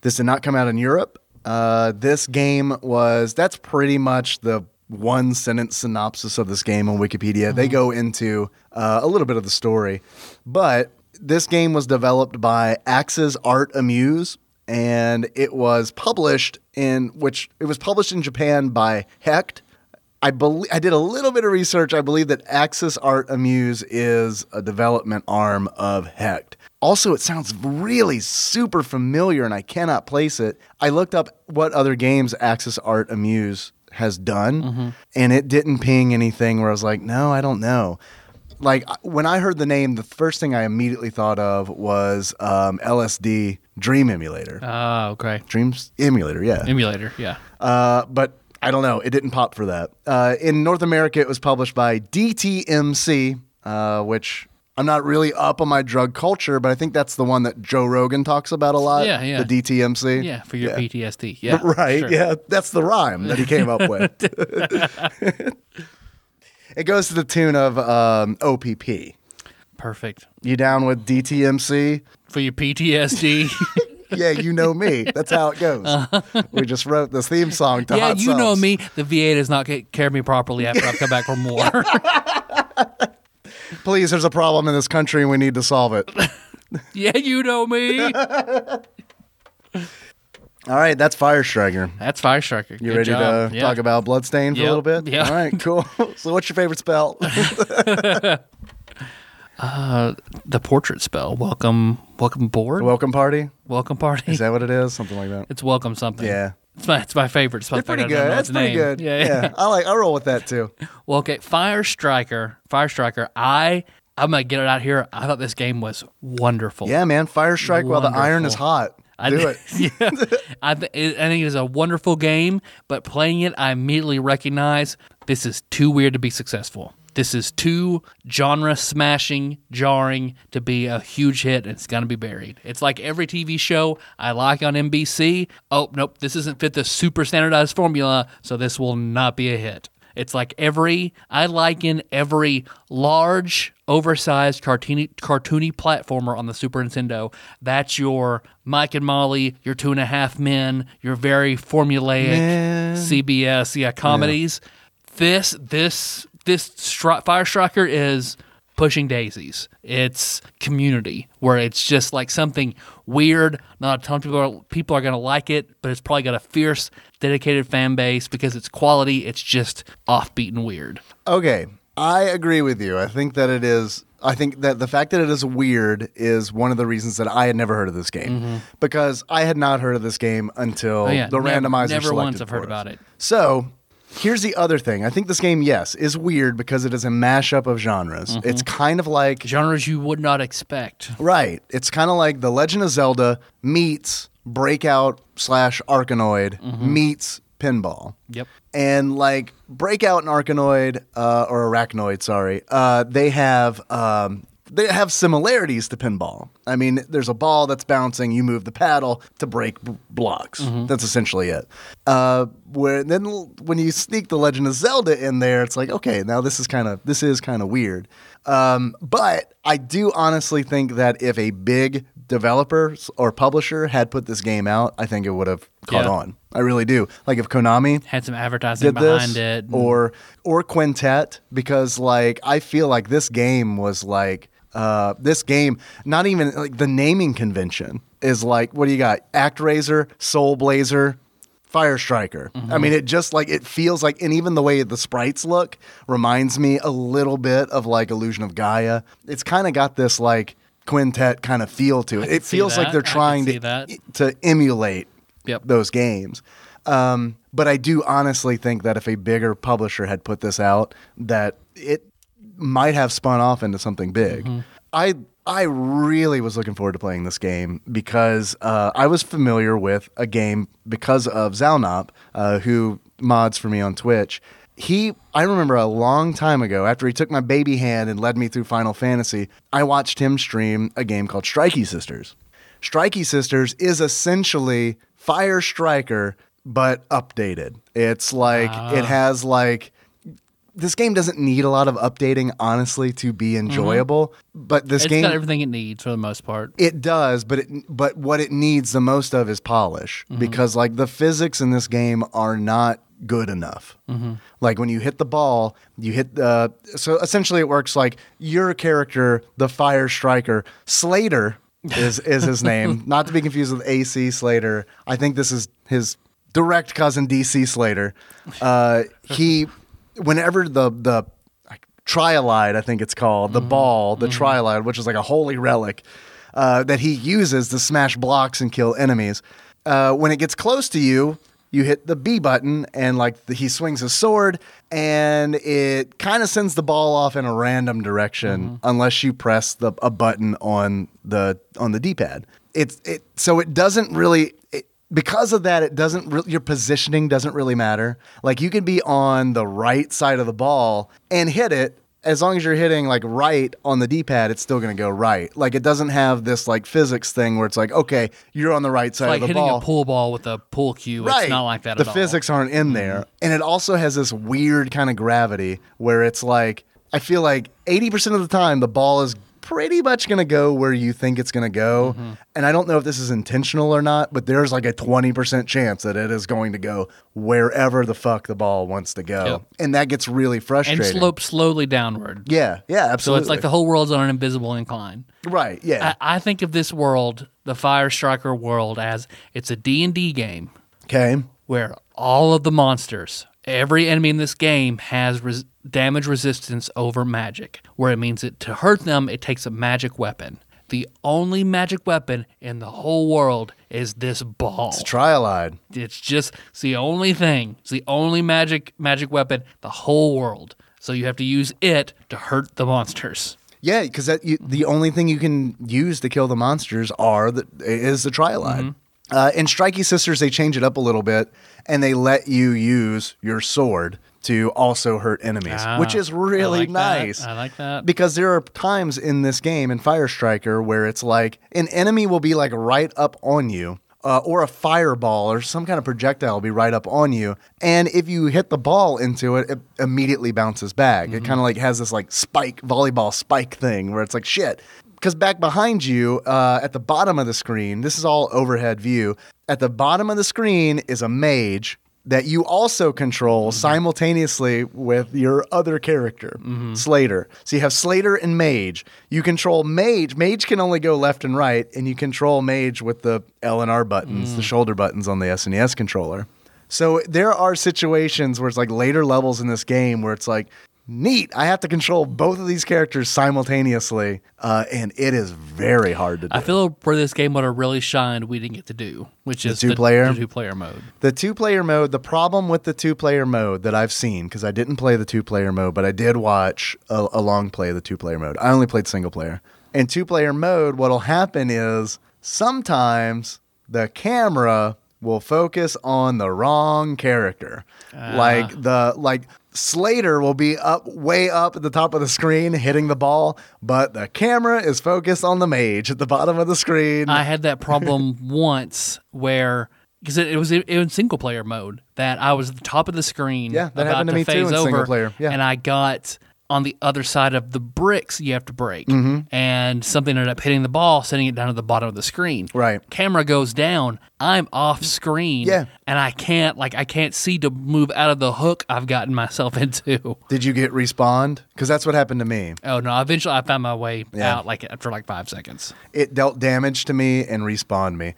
This did not come out in Europe. Uh, this game was that's pretty much the one sentence synopsis of this game on Wikipedia. They go into uh, a little bit of the story, but this game was developed by Axis Art Amuse, and it was published in which it was published in Japan by Hecht. I believe I did a little bit of research. I believe that Axis Art Amuse is a development arm of Hecht. Also, it sounds really super familiar, and I cannot place it. I looked up what other games Axis Art Amuse has done, and it didn't ping anything where I was like, no, I don't know. Like I- when I heard the name, the first thing I immediately thought of was um, LSD Dream Emulator.
Oh, okay.
Dreams Emulator, yeah.
Emulator, yeah.
Uh, but I don't know. It didn't pop for that. Uh, in North America, it was published by DTMC, uh, which I'm not really up on my drug culture, but I think that's the one that Joe Rogan talks about a lot.
Yeah, yeah.
The DTMC.
Yeah, for your PTSD. Yeah.
Right.
sure.
Yeah. That's the rhyme that he came up with. it goes to the tune of um, OPP.
Perfect.
You down with DTMC?
For your PTSD.
Yeah, you know me. That's how it goes. We just wrote this theme song to
Uh-huh. yeah,
Hot
you know
Sauce.
me. The VA does not get, care of me properly after I've come back for more.
Please, there's a problem in this country and we need to solve it.
yeah, you know me.
All right, that's Fire Striker.
That's Fire Striker.
You ready to talk about Bloodstain for
Yep,
a little bit?
yeah.
All right, cool. So, what's your favorite spell?
the portrait spell? Welcome, welcome board.
Welcome Party?
welcome party.
Is that what it is? Something like that.
it's welcome something.
Yeah.
It's my, it's my favorite spell.
It's pretty
I don't know
good.
its
That's pretty
name.
good.
Yeah,
I like. I roll with that too.
Well, okay. Fire Striker. Fire Striker. I I'm gonna get it out here. I thought this game was wonderful.
Yeah, man. Fire strike while the iron is
Wonderful.
hot.
I
Do
thi-
it.
yeah, I, th- it, I think it is a wonderful game, but playing it, I immediately recognize this is too weird to be successful. This is too genre smashing, jarring to be a huge hit. and It's gonna be buried. It's like every TV show I like on NBC. Oh nope, this doesn't fit the super standardized formula, so this will not be a hit. It's like every I liken every large, oversized cartoony cartoony platformer on the Super Nintendo. That's your Mike and Molly, your Two and a Half Men, your very formulaic CBS yeah comedies. This this this stri- Fire Striker is pushing daisies. It's community where it's just like something weird. Not a ton of people are, people are going to like it, but it's probably got a fierce, dedicated fan base because it's quality. It's just offbeat and weird.
Okay, I agree with you. I think that it is. I think that the fact that it is weird is one of the reasons that I had never heard of this game because I had not heard of this game until
Mm-hmm. Oh, yeah,
Oh, the
nev-
randomizer.
never
selected
once I've heard
for us.
about it.
So here's the other thing. I think this game, yes, is weird because it is a mashup of genres. It's kind of like
Genres you would not expect.
Right. It's kind of like The Legend of Zelda meets Breakout slash Arkanoid meets Pinball.
Yep.
And like Breakout and Arkanoid, uh, or Arachnoid, sorry, uh, they have. Um, they have similarities to pinball. I mean, there's a ball that's bouncing. You move the paddle to break b- blocks. That's essentially it. Uh, where then l- when you sneak the Legend of Zelda in there, it's like okay, now this is kind of this is kind of weird. Um, but I do honestly think that if a big developer s- or publisher had put this game out, I think it would have caught
Yeah.
on. I really do. Like if Konami
Had some advertising
did
behind
this
it.
or or Quintet because like I feel like this game was like uh, this game not even like the naming convention is like what do you got? Act Razor, Soul Blazer, Fire Striker. I mean, it just like it feels like, and even the way the sprites look reminds me a little bit of like Illusion of Gaia. It's kind of got this like quintet kind of feel to it. It
see
feels like
that.
they're
I can
trying
see
to
that.
to emulate
Yep.
those games. Um, but I do honestly think that if a bigger publisher had put this out, that it might have spun off into something big. I I really was looking forward to playing this game because uh, I was familiar with a game because of Zalnop, uh, who mods for me on Twitch. He, I remember a long time ago, after he took my baby hand and led me through Final Fantasy, I watched him stream a game called Strikey Sisters. Strikey Sisters is essentially Fire Striker, but updated. It's like, it has like, this game doesn't need a lot of updating, honestly, to be enjoyable. But this
It's
game
got everything it needs for the most part.
it does, but it but what it needs the most of is polish because like the physics in this game are not good enough. Like when you hit the ball, you hit the so essentially it works like your character, the fire striker Slater is is his name, not to be confused with AC Slater. I think this is his direct cousin DC Slater. Uh, he whenever the the like, trialide, I think it's called, the ball, the trialide, which is like a holy relic uh, that he uses to smash blocks and kill enemies. Uh, when it gets close to you, you hit the B button and like the, he swings his sword and it kind of sends the ball off in a random direction unless you press the a button on the on the D-pad. It's it so it doesn't really it, because of that, it doesn't re- your positioning doesn't really matter. Like you can be on the right side of the ball and hit it. As long as you're hitting like right on the D-pad, it's still going to go right. Like it doesn't have this like physics thing where it's like, okay, you're on the right side
Like
of the
hitting
ball.
a pool ball with a pool cue.
right.
It's not like that
The
at all. Mm-hmm.
physics aren't in there, and it also has this weird kind of gravity where it's like I feel like 80% of the time the ball is pretty much going to go where you think it's going to go.
Mm-hmm.
And I don't know if this is intentional or not, but there's like a 20% chance that it is going to go wherever the fuck the ball wants to go.
Yep.
And that gets really
and
frustrating.
slope slowly downward.
Yeah, yeah,
So
absolutely.
it's like the whole world's on an invisible incline.
Right, yeah.
I, I think of this world, the Fire Striker world, as it's a D&D game
okay.
where all of the monsters, every enemy in this game has res- damage resistance over magic, where it means that to hurt them, it takes a magic weapon. The only magic weapon in the whole world is this ball.
Trialide.
It's just it's the only thing. It's the only magic magic weapon the whole world. So you have to use it to hurt the monsters.
Yeah, because that you, the
Mm-hmm.
only thing you can use to kill the monsters are the, is the trilide.
Mm-hmm.
Uh, in Strikey Sisters, they change it up a little bit, and they let you use your sword to also hurt enemies,
Ah,
which is
I
really
like that.
nice.
I like that.
Because there are times in this game in Fire Striker where it's like an enemy will be like right up on you, uh, or a fireball or some kind of projectile will be right up on you, and if you hit the ball into it, it immediately bounces back. It kind of like has this like spike volleyball spike thing where it's like shit. Because back behind you, uh, at the bottom of the screen, this is all overhead view. At the bottom of the screen is a mage that you also
Mm-hmm.
control simultaneously with your other character,
Mm-hmm.
Slater. So you have Slater and Mage. You control Mage. Mage can only go left and right, and you control Mage with the L and R buttons,
Mm.
the shoulder buttons on the SNES controller. So there are situations where it's like later levels in this game where it's like, neat, I have to control both of these characters simultaneously, uh, and it is very hard to do.
I feel where this game would have really shined, we didn't get to do, which is
two-player?
two player mode.
The two player mode, the problem with the two player mode that I've seen, because I didn't play the two player mode, but I did watch a, a long play of the two player mode. I only played single player. In two player mode, what'll happen is sometimes the camera will focus on the wrong character. Like the like Slater will be up way up at the top of the screen hitting the ball, but the camera is focused on the mage at the bottom of the screen.
I had that problem once where because it, it was in, in single player mode that I was at the top of the screen.
Yeah, that
about
happened to me too
phase
in
over,
single player. Yeah.
and I got on the other side of the bricks you have to break,
Mm-hmm.
and something ended up hitting the ball, sending it down to the bottom of the screen.
Right.
camera goes down. I'm off screen.
Yeah.
and I can't like I can't see to move out of the hook I've gotten myself into.
Did you get respawned? Because that's what happened to me.
Oh no! Eventually, I found my way
Yeah.
out like after like five seconds.
it dealt damage to me and respawned me.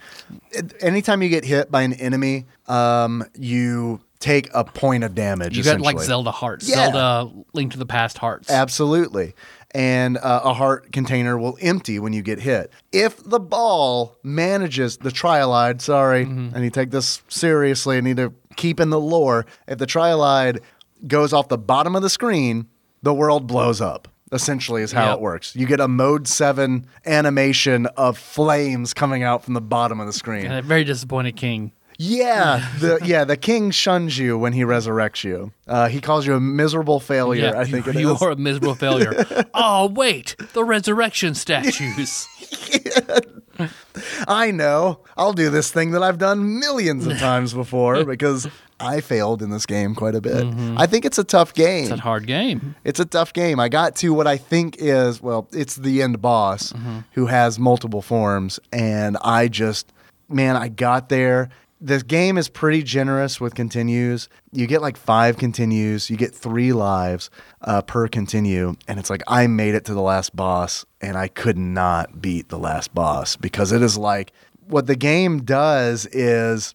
It- Anytime you get hit by an enemy, um, you take a point of damage.
You got like
essentially.
Zelda hearts,
Yeah.
Zelda Link to the Past hearts.
Absolutely. And uh, a heart container will empty when you get hit. If the ball manages the trialide, sorry,
Mm-hmm.
I need to take this seriously. I need to keep in the lore. If the trialide goes off the bottom of the screen, the world blows up. Essentially, is how
Yep.
it works. You get a mode seven animation of flames coming out from the bottom of the screen.
and a very disappointed king.
Yeah, the yeah the king shuns you when he resurrects you. Uh, he calls you a miserable failure. I think
you,
it is.
you are a miserable failure. oh wait, the resurrection statues.
I know. I'll do this thing that I've done millions of times before because I failed in this game quite a bit. I think it's a tough game.
Mm-hmm. It's a hard game.
It's a tough game. I got to what I think is, well, it's the end boss who has multiple forms. And I just, man, I got there. The game is pretty generous with continues. You get like five continues, you get three lives uh, per continue. And it's like, I made it to the last boss and I could not beat the last boss because it is like what the game does is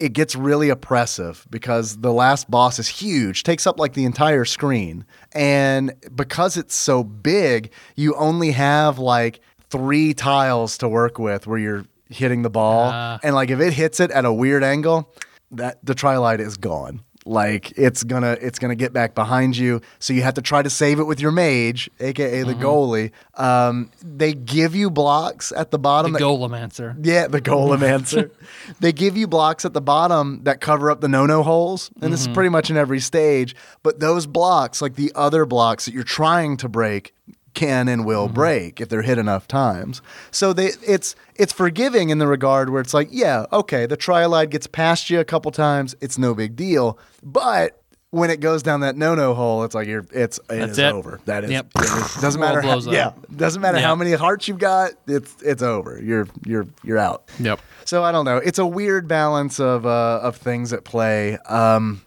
it gets really oppressive because the last boss is huge, takes up like the entire screen. And because it's so big, you only have like three tiles to work with where you're hitting the ball. and like if it hits it at a weird angle, that the trilite is gone. Like it's gonna it's gonna get back behind you. So you have to try to save it with your mage, aka the goalie. Um, they give you blocks at the
The
bottom that
Golemancer.
yeah, the golem answer. they give you blocks at the bottom that cover up the no-no holes, and
Mm-hmm.
this is pretty much in every stage. But those blocks, like the other blocks that you're trying to break, can and
Mm-hmm.
will break if they're hit enough times. So they, it's it's forgiving in the regard where it's like, yeah, okay, the trialide gets past you a couple times, it's no big deal. But when it goes down that no-no hole, it's like you're it's it
That's
is
it.
over. That is,
Yep.
it is- doesn't matter.
World
How,
blows up.
yeah, doesn't matter
Yeah.
how many hearts you've got. It's it's over. You're you're you're out.
Yep.
So I don't know. It's a weird balance of uh, of things at play. Um,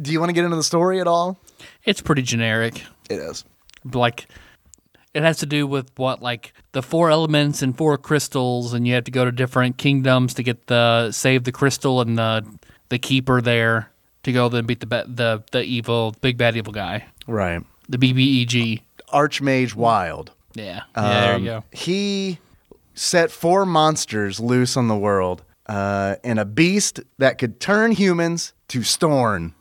do you want to get into the story at all?
It's pretty generic.
It is.
Like it has to do with what like the four elements and four crystals and you have to go to different kingdoms to get the save the crystal and the the keeper there to go then beat the ba- the the evil big bad evil guy.
Right.
The BBEG.
Archmage Wild.
Yeah. yeah, there you
Um,
go.
He set four monsters loose on the world, uh, and a beast that could turn humans to storn.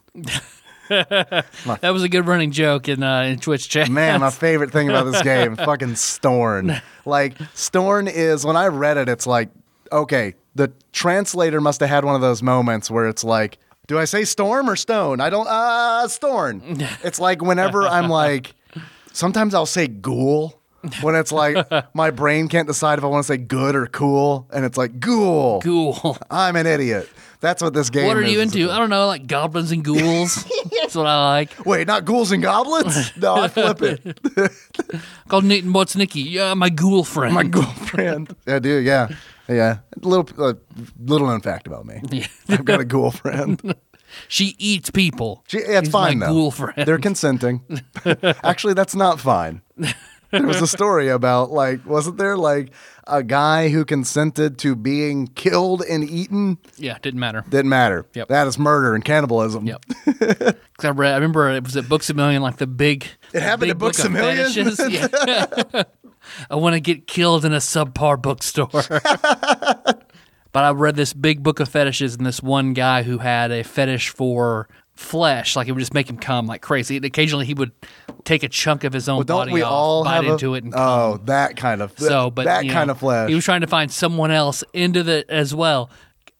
That was a good running joke in uh, in Twitch chat.
Man, my favorite thing about this game, fucking Storn. Like Storn is when I read it, it's like, okay, the translator must have had one of those moments where it's like, do I say storm or stone? I don't. Uh, Storn. It's like whenever I'm like, sometimes I'll say ghoul when it's like my brain can't decide if I want to say good or cool, and it's like ghoul.
cool.
I'm an idiot. That's what this game.
What are
is.
you
It's
into? I don't know, like goblins and ghouls. That's what I like.
Wait, not ghouls and goblins? No, I flip it.
Called Nate and what's Nikki? Yeah, my ghoul friend.
my girlfriend. I do, yeah, yeah. Little uh, little known fact about me. I've got a girlfriend.
she eats people.
She, that's
She's
fine
my
though.
ghoul friend.
They're consenting. Actually, that's not fine. There was a story about like, wasn't there like a guy who consented to being killed and eaten?
yeah, didn't matter.
Didn't matter.
Yep.
That is murder and cannibalism.
Yep. 'Cause I, read, I remember it was at Books a Million, like the big. It
happened at Books a Million?
I want to get killed in a subpar bookstore. but I read this big book of fetishes and this one guy who had a fetish for flesh, like it would just make him come like crazy. And occasionally he would take a chunk of his own
Don't
body
we
off,
all
bite
have a-
into it, and come.
oh that kind of
so but
that
you
kind
know,
of flesh?
he was trying to find someone else into the as well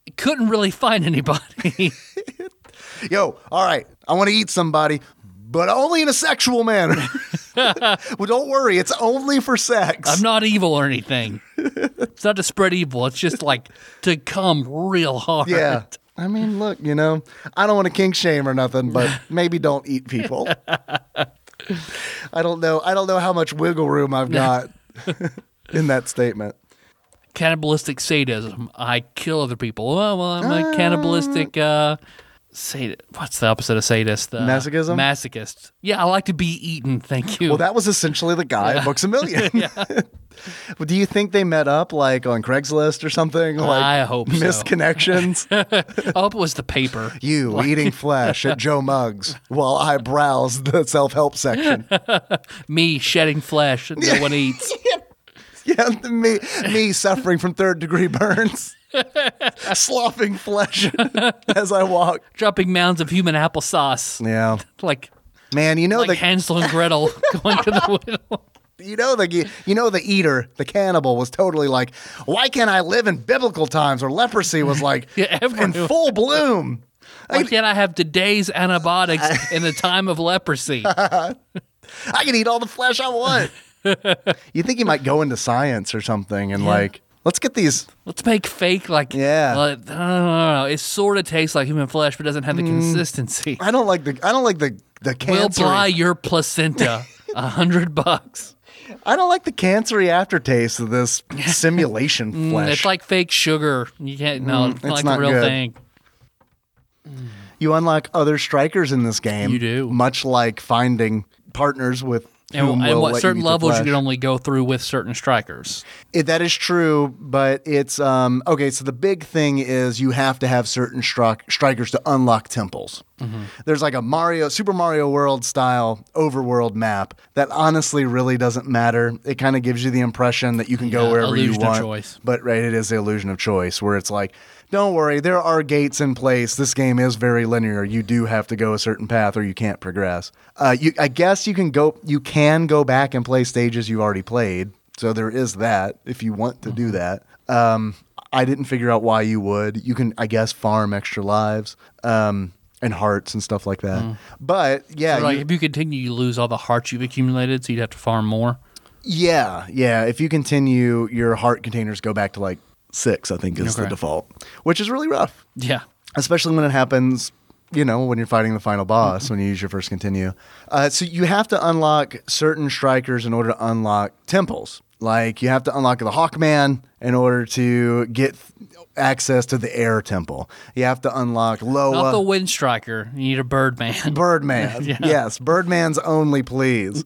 C- couldn't really find anybody
yo, all right, I want to eat somebody, but only in a sexual manner. well, don't worry, it's only for sex.
i'm not evil or anything it's not to spread evil it's just like to come real hard
yeah. I mean, look, you know, I don't want to kink shame or nothing, but maybe don't eat people. I don't know. I don't know how much wiggle room I've got in that statement.
cannibalistic sadism i kill other people oh well i'm a cannibalistic uh Sad- what's the opposite of sadist? The
Masochism?
Masochist. Yeah, I like to be eaten. Thank you.
Well, that was essentially the guy at Books a Million. Well, Do you think they met up like on Craigslist or something? Like
I hope so.
missed connections.
I hope it was the paper.
you eating flesh at Joe Muggs while I browse the self help section.
Me shedding flesh that no one eats.
Yeah, me me suffering from third degree burns. Sloughing flesh as I walk.
Dropping mounds of human applesauce.
Yeah.
Like
Man, you know
like
the
Hansel and Gretel going to the widow.
you know the you know the eater, the cannibal was totally like, why can't I live in biblical times where leprosy was like
Yeah,
in
everyone-
full bloom?
Why can't I have today's antibiotics in the time of leprosy?
I can eat all the flesh I want. you think he might go into science or something and like, let's get these.
Let's make fake like
Yeah.
Like, I don't know. It sort of tastes like human flesh, but doesn't have the consistency.
Mm. I don't like the. I don't like the the
We'll
cancer.
buy your placenta a hundred bucks.
I don't like the cancery aftertaste of this simulation
Mm,
flesh. Mm,
It's like fake sugar. You can't. No, it's not
it's
like
not
the real
good.
thing.
you unlock other strikers in this game.
You do.
much like finding partners with.
And,
whom
and
will
what
let
certain
you eat the
levels you
flesh.
can only go through with certain strikers.
It, that is true, but it's um okay. So the big thing is you have to have certain stri- strikers to unlock temples.
Mm-hmm.
There's like a Mario, Super Mario World style overworld map that honestly really doesn't matter. It kind of gives you the impression that you can go
Yeah,
wherever you
illusion of
want,
choice.
but right, it is the illusion of choice where it's like, don't worry, there are gates in place. This game is very linear. You do have to go a certain path or you can't progress. Uh, you, I guess you can go, you can go back and play stages you already played. So there is that if you want to
Mm-hmm.
do that. Um, I didn't figure out why you would. You can, I guess, farm extra lives um, and hearts and stuff like that. But yeah,
Mm. like
you-
if you continue, you lose all the hearts you've accumulated, so you'd have to farm more.
Yeah, yeah. If you continue, your heart containers go back to like six, I think is the
Okay.
default, which is really rough,
Yeah,
especially when it happens, you know, when you're fighting the final boss, when you use your first continue. Uh, so you have to unlock certain strikers in order to unlock temples. Like you have to unlock the Hawkman in order to get access to the Air Temple. You have to unlock Loa.
not the wind striker. You need a bird man.
Birdman. Yes, Birdman's only, please.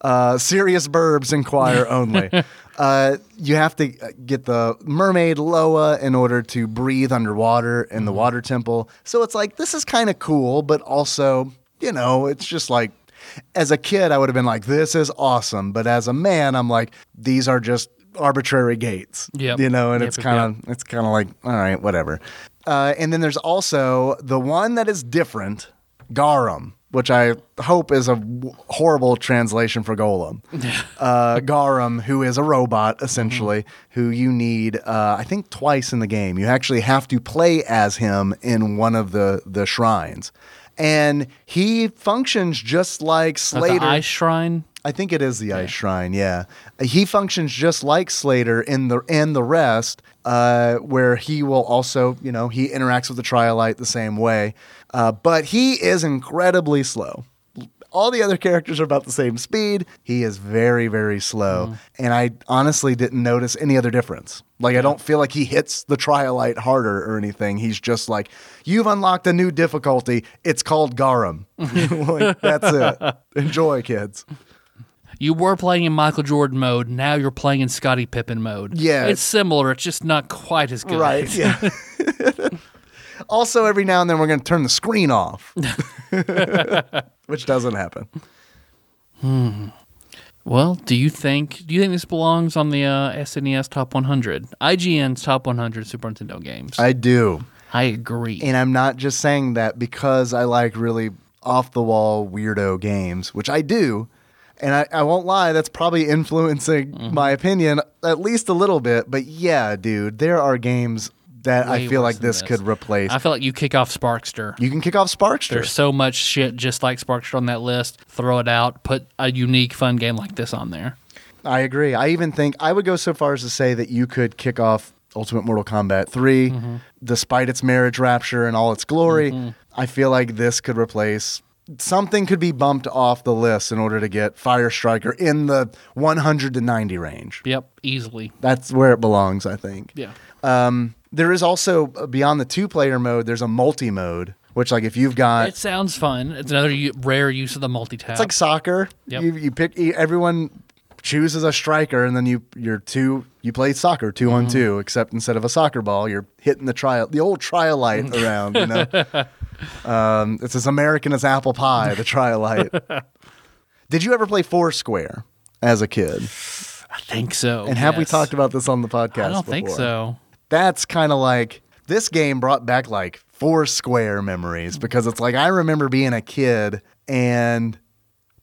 Uh, serious burbs inquire only. Uh, you have to get the mermaid Loa in order to breathe underwater in the
Mm-hmm.
water temple. So it's like, this is kind of cool, but also, you know, it's just like, as a kid, I would have been like, this is awesome. But as a man, I'm like, these are just arbitrary gates.
Yep.
You know, and
Yep,
it's
yep,
kind
yep.
of it's kind of like all right whatever uh, and then there's also the one that is different garum which i hope is a w- horrible translation for golem uh, garum who is a robot essentially who you need uh, i think twice in the game you actually have to play as him in one of the, the shrines and he functions just
Not
like
the
Slater.
ice shrine.
I think it is the ice shrine. Yeah, he functions just like Slater in the and the rest, uh, where he will also, you know, he interacts with the Triolite the same way, uh, but he is incredibly slow. All the other characters are about the same speed. He is very, very slow, and I honestly didn't notice any other difference. Like I don't feel like he hits the Triolite harder or anything. He's just like, you've unlocked a new difficulty. It's called Garum. like, that's it. Enjoy, kids.
You were playing in Michael Jordan mode. Now you're playing in Scottie Pippen mode.
Yeah.
it's similar. It's just not quite as good.
Right. Yeah. also, every now and then we're going to turn the screen off, which doesn't happen.
Well, do you think do you think this belongs on the uh, SNES Top 100, IGN's Top 100 Super Nintendo games? I,
I do,
agree.
and I'm not just saying that because I like really off the wall weirdo games, which I do. And I, I won't lie, that's probably influencing
Mm-hmm.
my opinion at least a little bit. But yeah, dude, there are games that I
Way
feel
worse
like
than
this, could
this.
replace.
I feel like you kick off Sparkster.
you can kick off Sparkster.
There's so much shit just like Sparkster on that list. Throw it out. Put a unique, fun game like this on there.
I agree. I even think I would go so far as to say that you could kick off Ultimate Mortal Kombat 3 despite its marriage rapture and all its glory. I feel like this could replace something could be bumped off the list in order to get Fire Striker in the 100 to 90 range.
Yep, easily.
That's where it belongs, I think.
Yeah.
Um, there is also uh, beyond the two player mode, there's a multi mode Which like if you've got
It sounds fun. It's another u- rare use of the multi-tab.
It's like soccer.
Yep.
You, you pick e- everyone chooses a striker, and then you you're two. You play soccer 2
Mm-hmm.
on two, except instead of a soccer ball, you're hitting the trial the old trialite around. You know, um, it's as American as apple pie. The trialite. Did you ever play Foursquare as a kid?
I think so.
And have we
yes.
talked about this on the podcast?
I don't think
before?
so.
that's kind of like this game brought back like four square memories because it's like I remember being a kid and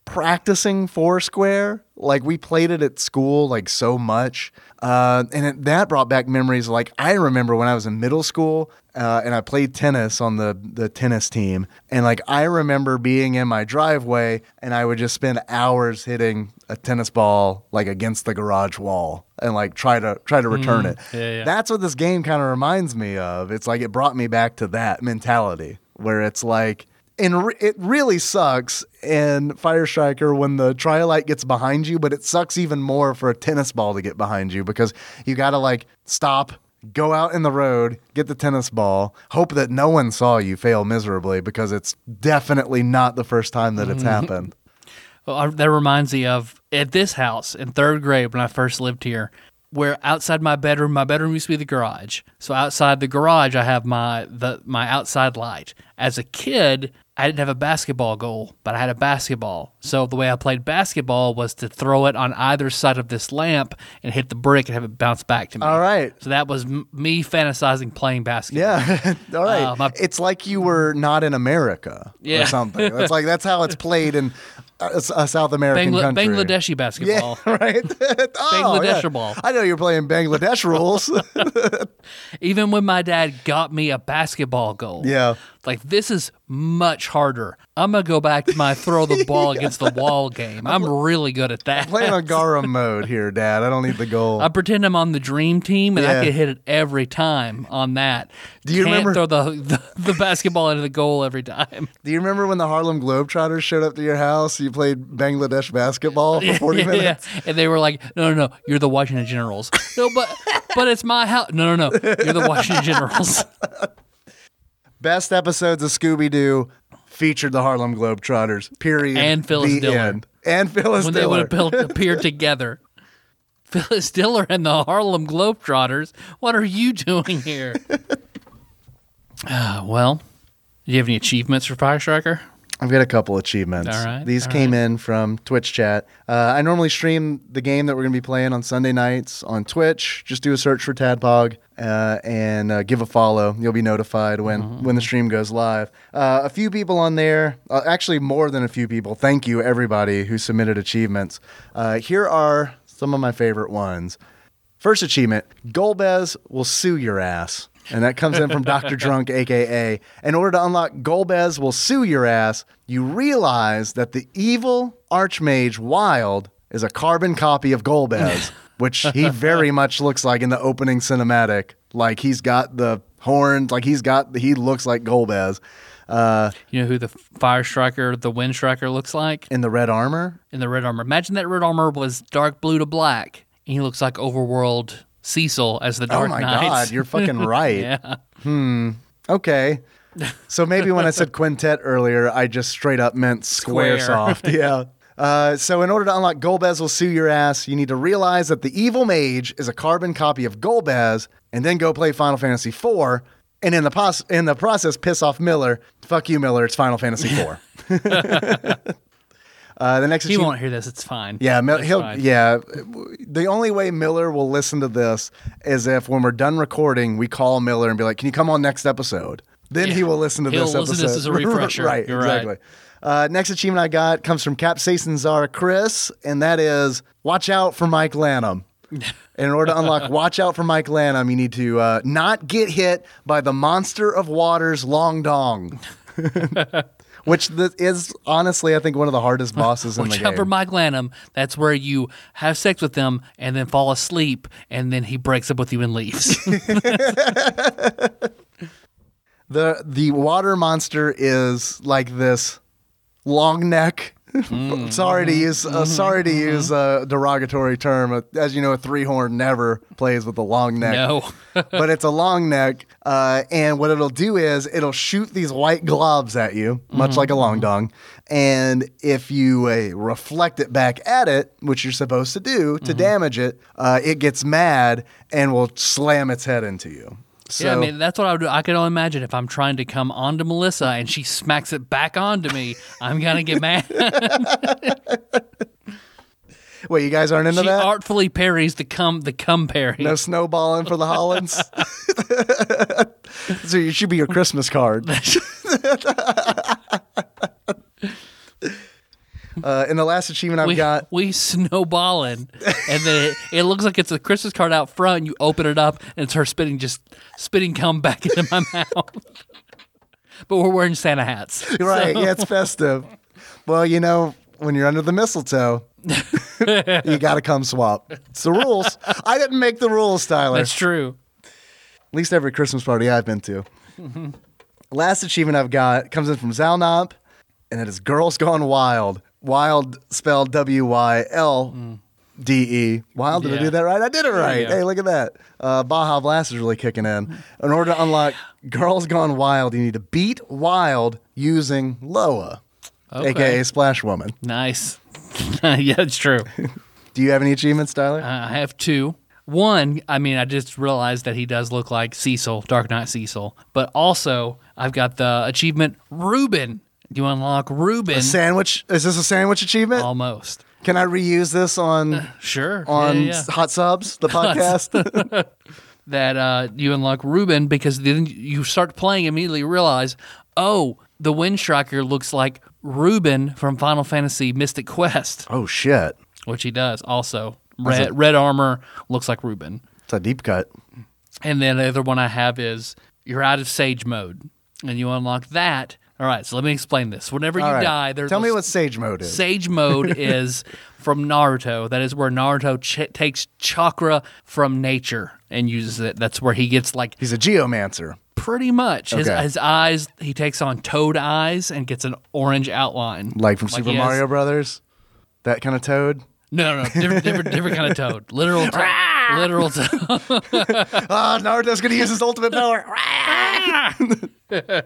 practicing Foursquare. Like we played it at school like so much, uh, and it, that brought back memories. Like I remember when I was in middle school uh, and I played tennis on the the tennis team, and like I remember being in my driveway and I would just spend hours hitting a tennis ball like against the garage wall and like try to try to return it.
Mm-hmm. yeah, yeah.
That's what this game kind of reminds me of. It's like it brought me back to that mentality where it's like, and re- it really sucks in Fire Striker when the triolite gets behind you, but it sucks even more for a tennis ball to get behind you because you got to like stop, go out in the road, get the tennis ball, hope that no one saw you fail miserably because it's definitely not the first time that it's happened.
Well, I- that reminds me of at this house in third grade when I first lived here, where outside my bedroom, my bedroom used to be the garage. So outside the garage, I have my the my outside light. As a kid, I didn't have a basketball goal, but I had a basketball. So the way I played basketball was to throw it on either side of this lamp and hit the brick and have it bounce back to me.
All right.
So that was m- me fantasizing playing basketball.
Yeah. All right.
Uh, my-
it's like you were not in America
Yeah.
or something. It's like that's how it's played in a, a South American
Bangla-
country.
Bangladeshi basketball.
Yeah, right. oh,
Bangladesh ball.
I know you're playing Bangladesh rules.
Even when my dad got me a basketball goal.
Yeah.
Like, this is much harder. I'm going to go back to my throw the ball against the wall game. I'm really good at that.
playing on Garum mode here, Dad. I don't need the goal.
I pretend I'm on the dream team and
Yeah.
I can hit it every time on that.
Do you
Can't
remember-
throw the, the, the basketball into the goal every time?
Do you remember when the Harlem Globetrotters showed up to your house? You played Bangladesh basketball for 40 minutes?
And they were like, no, no, no, you're the Washington Generals. No, but but it's my house. No, no, no, you're the Washington Generals.
Best episodes of Scooby Doo featured the Harlem Globetrotters, period.
And Phyllis
the
Diller.
End. And Phyllis
when they would
Diller.
have built appeared together. Phyllis Diller and the Harlem Globetrotters. What are you doing here? uh, well, do you have any achievements for Fire Striker?
I've got a couple achievements.
All right,
These
all
came in from Twitch chat. Uh, I normally stream the game that we're going to be playing on Sunday nights on Twitch. Just do a search for Tadpog uh, and uh, give a follow. You'll be notified when
Mm-hmm,
when the stream goes live. Uh, a few people on there, uh, actually more than a few people. Thank you everybody who submitted achievements. Uh, here are some of my favorite ones. First achievement Golbez will sue your ass. And that comes in from Dr. Drunk, AKA. In order to unlock Golbez will sue your ass, you realize that the evil Archmage Wild is a carbon copy of Golbez, which he very much looks like in the opening cinematic. Like he's got the horns, like he's got, he looks like Golbez uh,
You know who the Fire Striker, the Wind Striker looks like
in the red armor.
in the red armor. Imagine that red armor was dark blue to black, and he looks like Overworld Cecil as the Dark
oh my
Knight.
God, you're fucking right. Hmm.
yeah,
Okay. So maybe when I said quintet earlier, I just straight up meant
Square.
square, soft. Yeah. Uh, so in order to unlock Golbez will sue your ass, you need to realize that the evil mage is a carbon copy of Golbez, and then go play Final Fantasy IV, and in the pos- in the process piss off Miller. Fuck you, Miller. It's Final Fantasy IV. uh, the next
he
achievement-
won't hear this. It's fine.
yeah, Mil-
It's
he'll.
fine.
Yeah, the only way Miller will listen to this is if when we're done recording, we call Miller and be like, "Can you come on next episode?" Then he will listen to
He'll
this
listen to
episode.
this as a refresher.
right?
You're right.
exactly. Uh, next achievement I got comes from Capsaicin Czar Chris, and that is watch out for Mike Lanham. In order to unlock Watch Out for Mike Lanham, you need to uh, not get hit by the monster of waters, Long Dong, which th- is honestly, I think, one of the hardest bosses in the
Watch
game.
out for Mike Lanham. That's where you have sex with him and then fall asleep, and then he breaks up with you and leaves.
the the water monster is like this long neck
Mm-hmm.
sorry to use uh, sorry to use a derogatory term. Uh, As you know, a three horn never plays with a long neck.
No.
but it's a long neck, uh, and what it'll do is it'll shoot these white globs at you, much like a
Mm-hmm.
long dong. And if you uh, reflect it back at it, which you're supposed to do
Mm-hmm.
to damage it, uh, it gets mad and will slam its head into you. So,
yeah, I mean that's what I would do. I could only imagine if I'm trying to come onto Melissa and she smacks it back onto me, I'm gonna get mad.
wait, you guys aren't into
she
that?
artfully parries the cum the cum parry.
No snowballing for the Hollands. so you should be your Christmas card. uh, and the last achievement I've
we,
got.
we snowballing, and then it, it looks like it's a Christmas card out front. And you open it up, and it's her spitting just spitting cum back into my mouth. but we're wearing Santa hats.
Right, yeah, it's festive. Well, you know, when you're under the mistletoe, you got to come swap. It's the rules. I didn't make the rules, Tyler.
That's true.
At least every Christmas party I've been to. Last achievement I've got comes in from Zalnop, and it is Girls Gone Wild. Wild spelled W Y L D E. Wild, did I
Yeah.
do that right? I did it right.
go.
Hey, look at that. Uh, Baja Blast is really kicking in. In order to unlock Girls Gone Wild, you need to beat Wild using Loa,
Okay.
aka Splash Woman.
Nice. yeah, it's true.
Do you have any achievements, Tyler?
Uh, I have two. One, I mean, I just realized that he does look like Cecil, Dark Knight Cecil. But also, I've got the achievement Reuben. You unlock Reuben
sandwich? Is this a sandwich achievement?
almost.
Can I reuse this on
Sure. Oh. Yeah,
on
yeah, yeah.
Hot Subs, the podcast?
that uh, you unlock Ruben because then you start playing immediately realize, oh, the Wind Striker looks like Ruben from Final Fantasy Mystic Quest,
oh shit!
which he does also. Red red armor looks like Ruben.
It's a deep cut.
And then the other one I have is you're out of sage mode and you unlock that. All right, so let me explain this. Whenever you
All right.
die, there's
Tell
a
me what Sage Mode is.
Sage mode is from Naruto. That is where Naruto ch- takes chakra from nature and uses it. That's where he gets like
He's a geomancer.
Pretty much. His,
Okay.
his eyes, he takes on toad eyes and gets an orange outline.
Like from Super
he has-
Mario Brothers? That kind of toad?
No, no, no, different, different, different kind of toad. Literal toad. literal toad.
Ah, Naruto's gonna use his ultimate power.
Because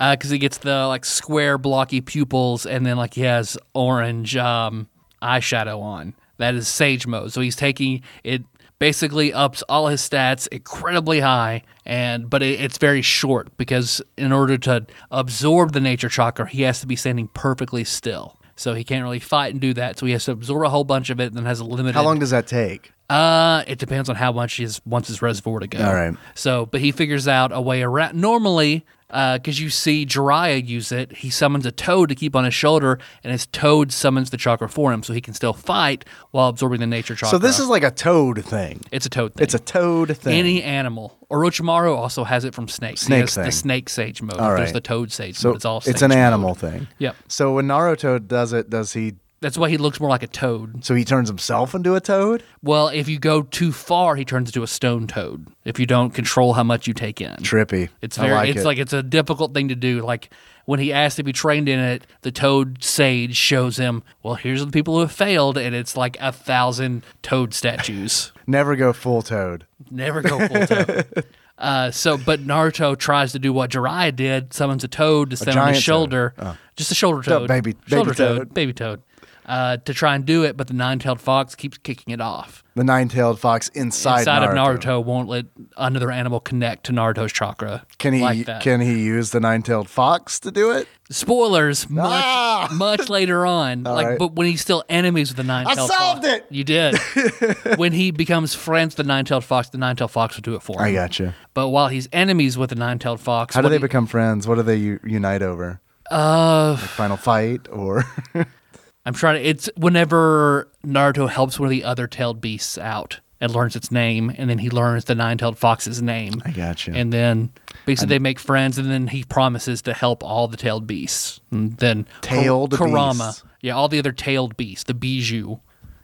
Uh, he gets the like square blocky pupils and then like he has orange um, eyeshadow on. That is sage mode. So he's taking it basically ups all his stats incredibly high and but it, it's very short because in order to absorb the nature chakra he has to be standing perfectly still so he can't really fight and do that so he has to absorb a whole bunch of it and then has a limited
How long does that take?
Uh, it depends on how much he is- wants his reservoir to go.
All right.
So, but he figures out a way around. Normally, because you see Jiraiya use it, he summons a toad to keep on his shoulder, and his toad summons the chakra for him, so he can still fight while absorbing the nature chakra.
So this is like a toad thing.
it's a toad thing.
It's a toad thing.
any animal. Orochimaru also has it from snakes. He
Snake
has
thing.
the snake sage mode.
All
There's
right.
the toad sage.
so
mode. it's all. sage
an
mode.
animal thing.
Yep.
So when Naruto does it, does he
That's why he looks more like a toad.
so he turns himself into a toad?
Well, if you go too far, he turns into a stone toad. If you don't control how much you take in.
Trippy.
It's
I
very
like
it's
it.
like it's a difficult thing to do. Like when he asked to be trained in it, the toad sage shows him, Well, here's the people who have failed and it's like a thousand toad statues.
never go full toad.
Never go full toad. Uh, so, but Naruto tries to do what Jiraiya did, summons a toad to stand on his
giant toad. Uh.
shoulder, just a shoulder toad,
baby- baby
shoulder
toad.
baby toad, uh, to try and do it. But the nine-tailed fox keeps kicking it off.
The nine-tailed fox inside,
Inside
Naruto.
of Naruto won't let another animal connect to Naruto's chakra.
Can he
like that.
can he use the nine-tailed fox to do it?
spoilers much
Ah!
much later on like
right.
but when he's still enemies with the nine tailed fox
solved it!
you did when he becomes friends with the nine tailed fox the nine tailed fox will do it for him
I gotcha.
but while he's enemies with the nine tailed fox
How do
what
they
he-
become friends? What do they u- unite over? Uh, final fight or
i'm trying to it's whenever naruto helps one of the other tailed beasts out and learns its name and then he learns the nine tailed fox's name
I gotcha.
and then basically they make friends and then he promises to help all the tailed beasts and then Kar-
Tailed
karama
beasts.
yeah all the other tailed beasts the bijou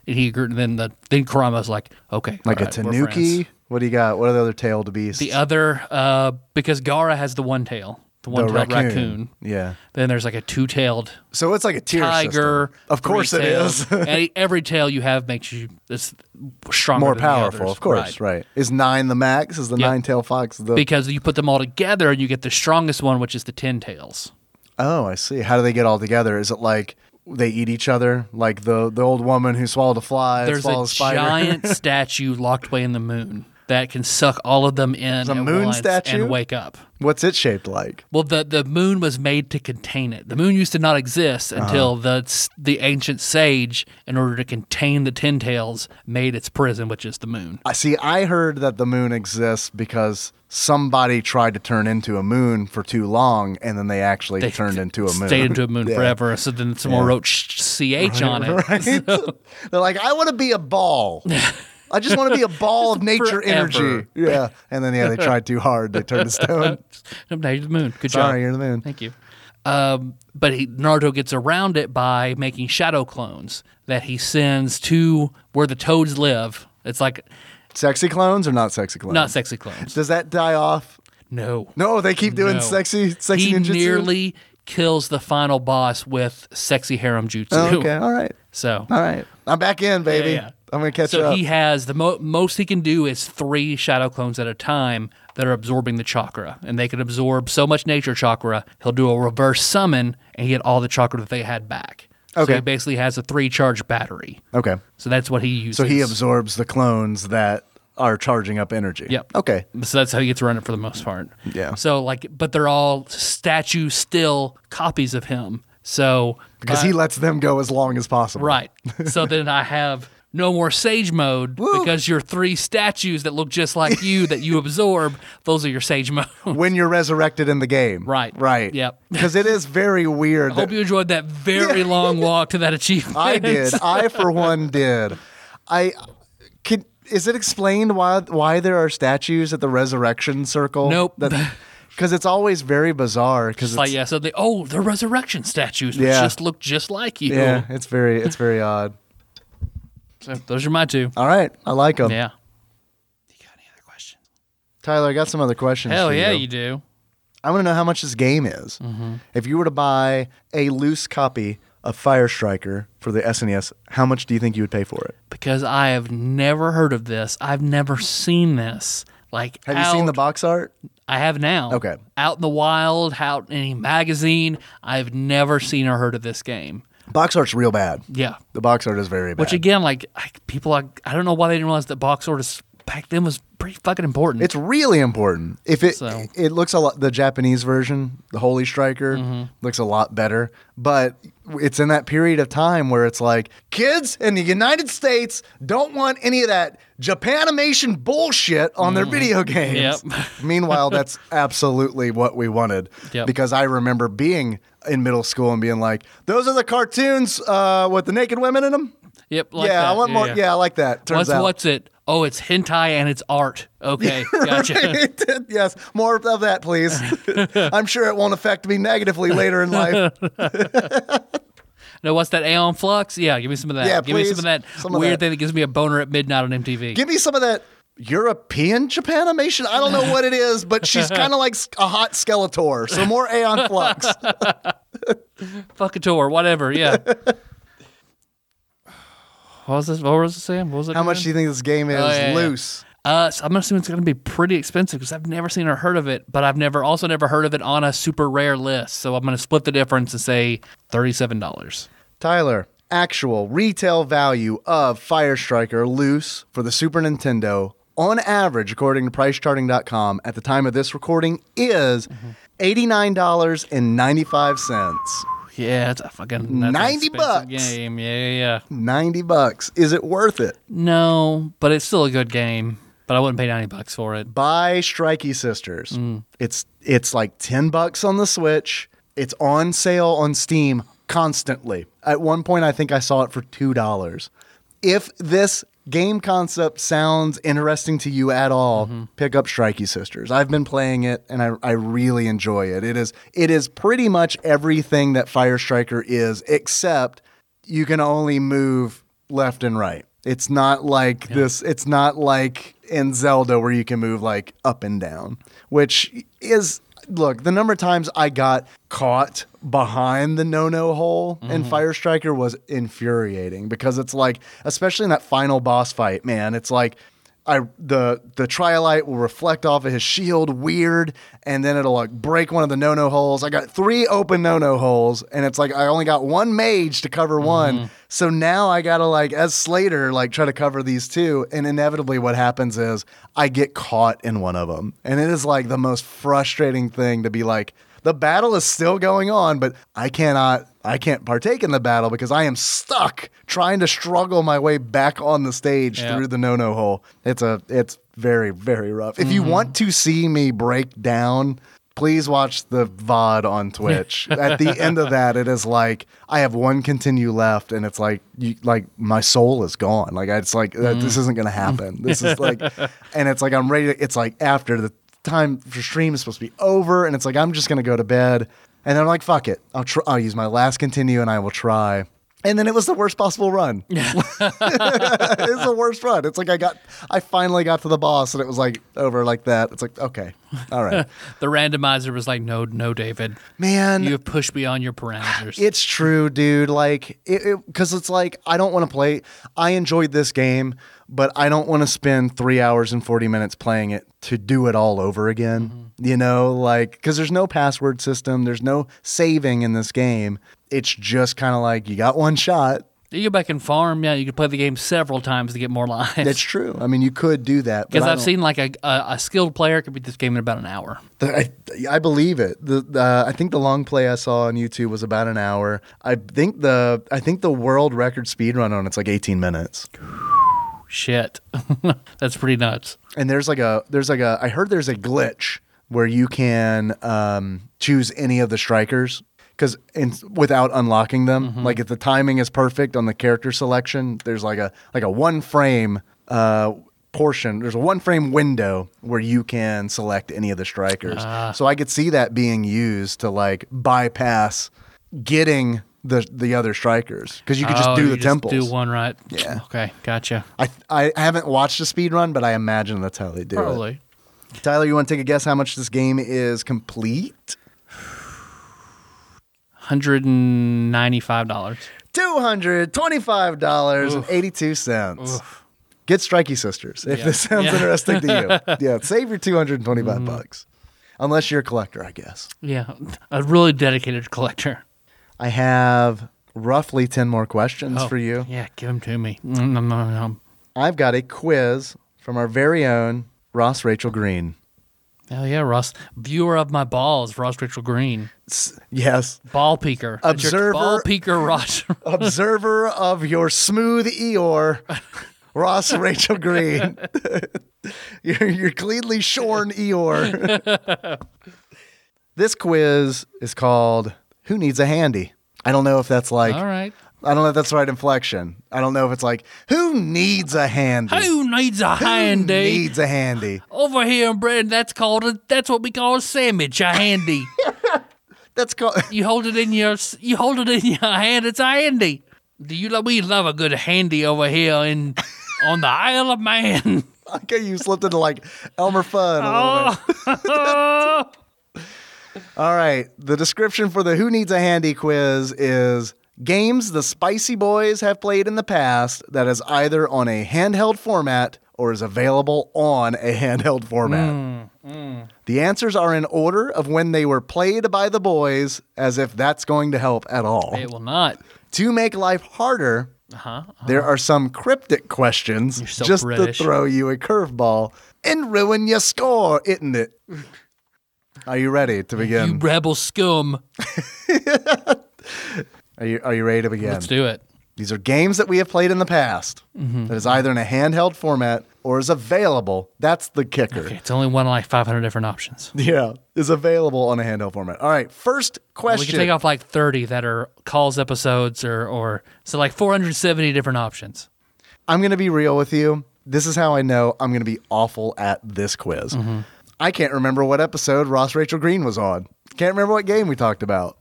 and he agreed- and then the then karama's like okay
like
all
a
right, uh, we're friends.
tanuki? What do you got? What are the other tailed beasts?
the other uh because gara has the one tail the one tailed raccoon.
Yeah.
Then there's like a two tailed
So it's like a tier
tiger.
system. Of course it
three
is.
tails. and every tail you have makes you it's stronger,
More
than the
powerful,
others.
of course, right. Is nine the max? Is the
Yeah.
nine tail fox the
Because you put them all together and you get the strongest one, which is the ten tails.
Oh, I see. How do they get all together? Is it like they eat each other? Like the the old woman who swallowed a fly,
There's
swallowed
a
spider.
giant statue locked away in the moon that can suck all of them in
a
at
moon
once
statue?
and wake up.
What's it shaped like?
Well, the, the moon was made to contain it. The moon used to not exist
Uh-huh.
until the the ancient sage, in order to contain the ten tails, made its prison, which is the moon.
I see. I heard that the moon exists because somebody tried to turn into a moon for too long, and then they actually turned into a moon.
Stayed into a moon
Yeah.
forever. So then someone wrote ch- ch on it.
Right? They're like, I want to be a ball. I just want to be a ball of nature energy.
Forever.
Yeah. And then yeah, they tried too hard. They turned to stone.
No, now you're the moon. Good
Sorry,
job.
you're the moon.
Thank you. Um, but he, Naruto gets around it by making shadow clones that he sends to where the toads live. It's like
Sexy clones or not sexy clones?
not sexy clones.
Does that die off?
No.
No, they keep doing
No.
sexy, sexy
he
ninjutsu.
nearly kills the final boss with sexy harem jutsu.
Oh, okay, all right,
So,
all right. I'm back in, baby.
Yeah, yeah.
I'm gonna catch
so
up.
he has the mo- most he can do is three shadow clones at a time that are absorbing the chakra, and they can absorb so much nature chakra. He'll do a reverse summon and get all the chakra that they had back.
Okay.
So he basically has a three charge battery.
okay,
So that's what he uses.
so he absorbs the clones that are charging up energy.
Yep.
Okay.
So that's how he gets around it for the most part.
Yeah.
So like, but they're all statue still copies of him. So
Because he lets them go as long as possible.
Right. So then I have no more sage mode because your three statues that look just like you that you absorb, those are your sage mode.
When you're resurrected in the game.
Right.
Right.
Yep.
Because it is very weird.
Hope
That
you enjoyed that very long walk to that achievement.
I did. I for one did. I could. Is it explained why why there are statues at the resurrection circle?
Nope.
Because it's always very bizarre. Because
It's like, yeah, so they, oh, they're resurrection statues, which
Yeah.
just look just like you.
Yeah, it's very it's very odd.
So those are my two.
All right, I like them.
Yeah. You got any other questions?
Tyler, I got some other questions.
Hell
for
yeah,
you.
you do.
I want to know how much this game is. If you were to buy a loose copy of Fire Striker for the SNES, how much do you think you would pay for it?
Because I have never heard of this. I've never seen this. Like,
Have you seen the
out-
box art?
I have now.
Okay.
Out in the wild, out in a magazine. I've never seen or heard of this game.
Box art's real bad.
Yeah.
The box art is very bad.
Which again, like I, people, I, I don't know why they didn't realize that box orders back then was pretty fucking important.
it's really important. If it
So-
it looks a lot the Japanese version, the Holy Striker
Mm-hmm.
looks a lot better, but it's in that period of time where it's like kids in the United States don't want any of that Japanimation bullshit on their video games.
Mm-hmm. Yep.
Meanwhile, that's absolutely what we wanted
Yep.
because I remember being in middle school and being like, "Those are the cartoons uh, with the naked women in them."
yep. Like
yeah,
that.
I want more. Yeah. I like that. Turns
what's
out,
what's it? Oh, it's hentai and it's art. Okay, gotcha.
yes, more of that, please. I'm sure it won't affect me negatively later in life.
no, what's that? Aeon Flux? Yeah, give me some of that.
Yeah,
give me some
please.
of that
Some of
weird
that.
thing that gives me a boner at midnight on MTV.
Give me some of that European Japanimation. I don't know what it is, but she's kind of like a hot Skeletor. So more Aeon Flux.
Fuck a tour, whatever. Yeah. what was this? What was it saying? What was it?
How much
again?
do you think this game is
Oh, yeah, yeah.
loose?
Uh, so I'm gonna assume it's gonna be pretty expensive because I've never seen or heard of it, but I've never also never heard of it on a super rare list. So I'm gonna split the difference and say thirty-seven dollars.
Tyler, actual retail value of Fire Striker loose for the Super Nintendo on average, according to PriceCharting.com, at the time of this recording is
Mm-hmm.
$89.95.
Yeah, it's a fucking that's an
90
expensive
bucks.
game. Yeah, yeah, yeah.
90 bucks. Is it worth it?
No, but it's still a good game. But I wouldn't pay ninety bucks for it.
Buy Strikey Sisters. It's it's like 10 bucks on the Switch. It's on sale on Steam constantly. At one point I think I saw it for $2. If this game concept sounds interesting to you at all, pick up Strikey Sisters. I've been playing it and I, I really enjoy it. It is it is pretty much everything that Fire Striker is except you can only move left and right. It's not like this. It's not like in Zelda where you can move like up and down, which is look, the number of times I got caught behind the no-no hole in Fire Striker was infuriating because it's like, especially in that final boss fight, man, it's like I the the triolite will reflect off of his shield weird, and then it'll like break one of the no-no holes. I got three open no-no holes, and it's like I only got one mage to cover one. So now I gotta like as Slater like try to cover these two, and inevitably what happens is I get caught in one of them, and it is like the most frustrating thing to be like. The battle is still going on, but I cannot I can't partake in the battle because I am stuck trying to struggle my way back on the stage
Yeah.
through the no-no hole. It's a it's very very rough. If you want to see me break down, please watch the VOD on Twitch. At the end of that it is like I have one continue left and it's like you like my soul is gone. Like I- it's like uh, this isn't going to happen. This is like and it's like I'm ready to it's like after the time for stream is supposed to be over, and it's like I'm just gonna go to bed. And I'm like, fuck it, I'll try. I'll use my last continue, and I will try. And then it was the worst possible run. it's the worst run. It's like I got, I finally got to the boss, and it was like over like that. It's like okay, all right,
The randomizer was like, no, no, David.
man.
You have pushed beyond your parameters.
It's true, dude. Like, it because it's like I don't want to play. I enjoyed this game, but I don't want to spend three hours and forty minutes playing it to do it all over again.
Mm-hmm.
You know, like because there's no password system, there's no saving in this game. It's just kind of like you got one shot.
you go back and farm. Yeah, you could play the game several times to get more lives.
That's true. I mean, you could do that but
because
I
I've
don't-
seen like a, a, a skilled player could beat this game in about an hour.
I, I believe it. The, the I think the long play I saw on YouTube was about an hour. I think the I think the world record speed run on it's like 18 minutes.
Shit, that's pretty nuts.
and there's like a there's like a I heard there's a glitch where you can um, choose any of the strikers because without unlocking them,
Mm-hmm.
like if the timing is perfect on the character selection, there's like a like a one frame uh, portion. There's a one frame window where you can select any of the strikers.
Ah.
So I could see that being used to like bypass getting the the other strikers because you could just
Oh,
do
you
the temples.
Do one right. Yeah. Okay. Gotcha.
I, I haven't watched the speed run, but I imagine that's how they do it.
Probably.
Tyler, you want to take a guess how much this game is complete?
Hundred and ninety-five dollars.
Two hundred twenty-five dollars and eighty-two cents. Get Strikey Sisters if this sounds
Yeah. Mm-hmm.
interesting to you. Yeah, save your two hundred twenty-five bucks, unless you're a collector, I guess.
Yeah, a really dedicated collector.
I have roughly ten more questions
Oh,
for you.
Yeah, give them to me. Mm, nom, nom, nom.
I've got a quiz from our very own Ross Rachel Green.
Hell yeah, Ross. Viewer of my balls, Ross Rachel Green.
S- yes,
Ball peaker. That's your
Observer-
Ball peaker, Ross.
observer of your smooth Eeyore, Ross Rachel Green. your, your cleanly shorn Eeyore. this quiz is called Who Needs a Handy? I don't know if that's like,
All right.
I don't know if that's the right inflection. I don't know if it's like, Who needs a handy?
Who needs a
Who
handy?
needs a handy?
Over here, Brad, that's called a, that's what we call a sandwich, a handy.
That's called.
you hold it in your you hold it in your hand, it's a handy. Do you love we love a good handy over here in on the Isle of Man?
Okay, you slipped into like Elmer Fudd. A little bit.
Oh.
All right. The description for the Who Needs a Handy quiz is games the Spicy Boys have played in the past that is either on a handheld format or is available on a handheld format. The answers are in order of when they were played by the boys, as if that's going to help at all.
It will not. Uh-huh.
To make life harder, there are some cryptic questions
so
just
British.
to throw you a curveball and ruin your score, isn't it? Are you ready to begin?
You rebel scum.
Are you are you ready to begin?
Let's do it. Mm-hmm.
These are games that we have played in the past that is either in a handheld format or is available. That's the kicker.
It's only one of like 500 different options.
Yeah, is available on a handheld format. All right, first
We
question.
can take off like 30 that are calls episodes or, or so like 470 different options.
I'm going to be real with you. This is how I know I'm going to be awful at this quiz. I can't remember what episode Ross Rachel Green was on. Can't remember what game we talked about.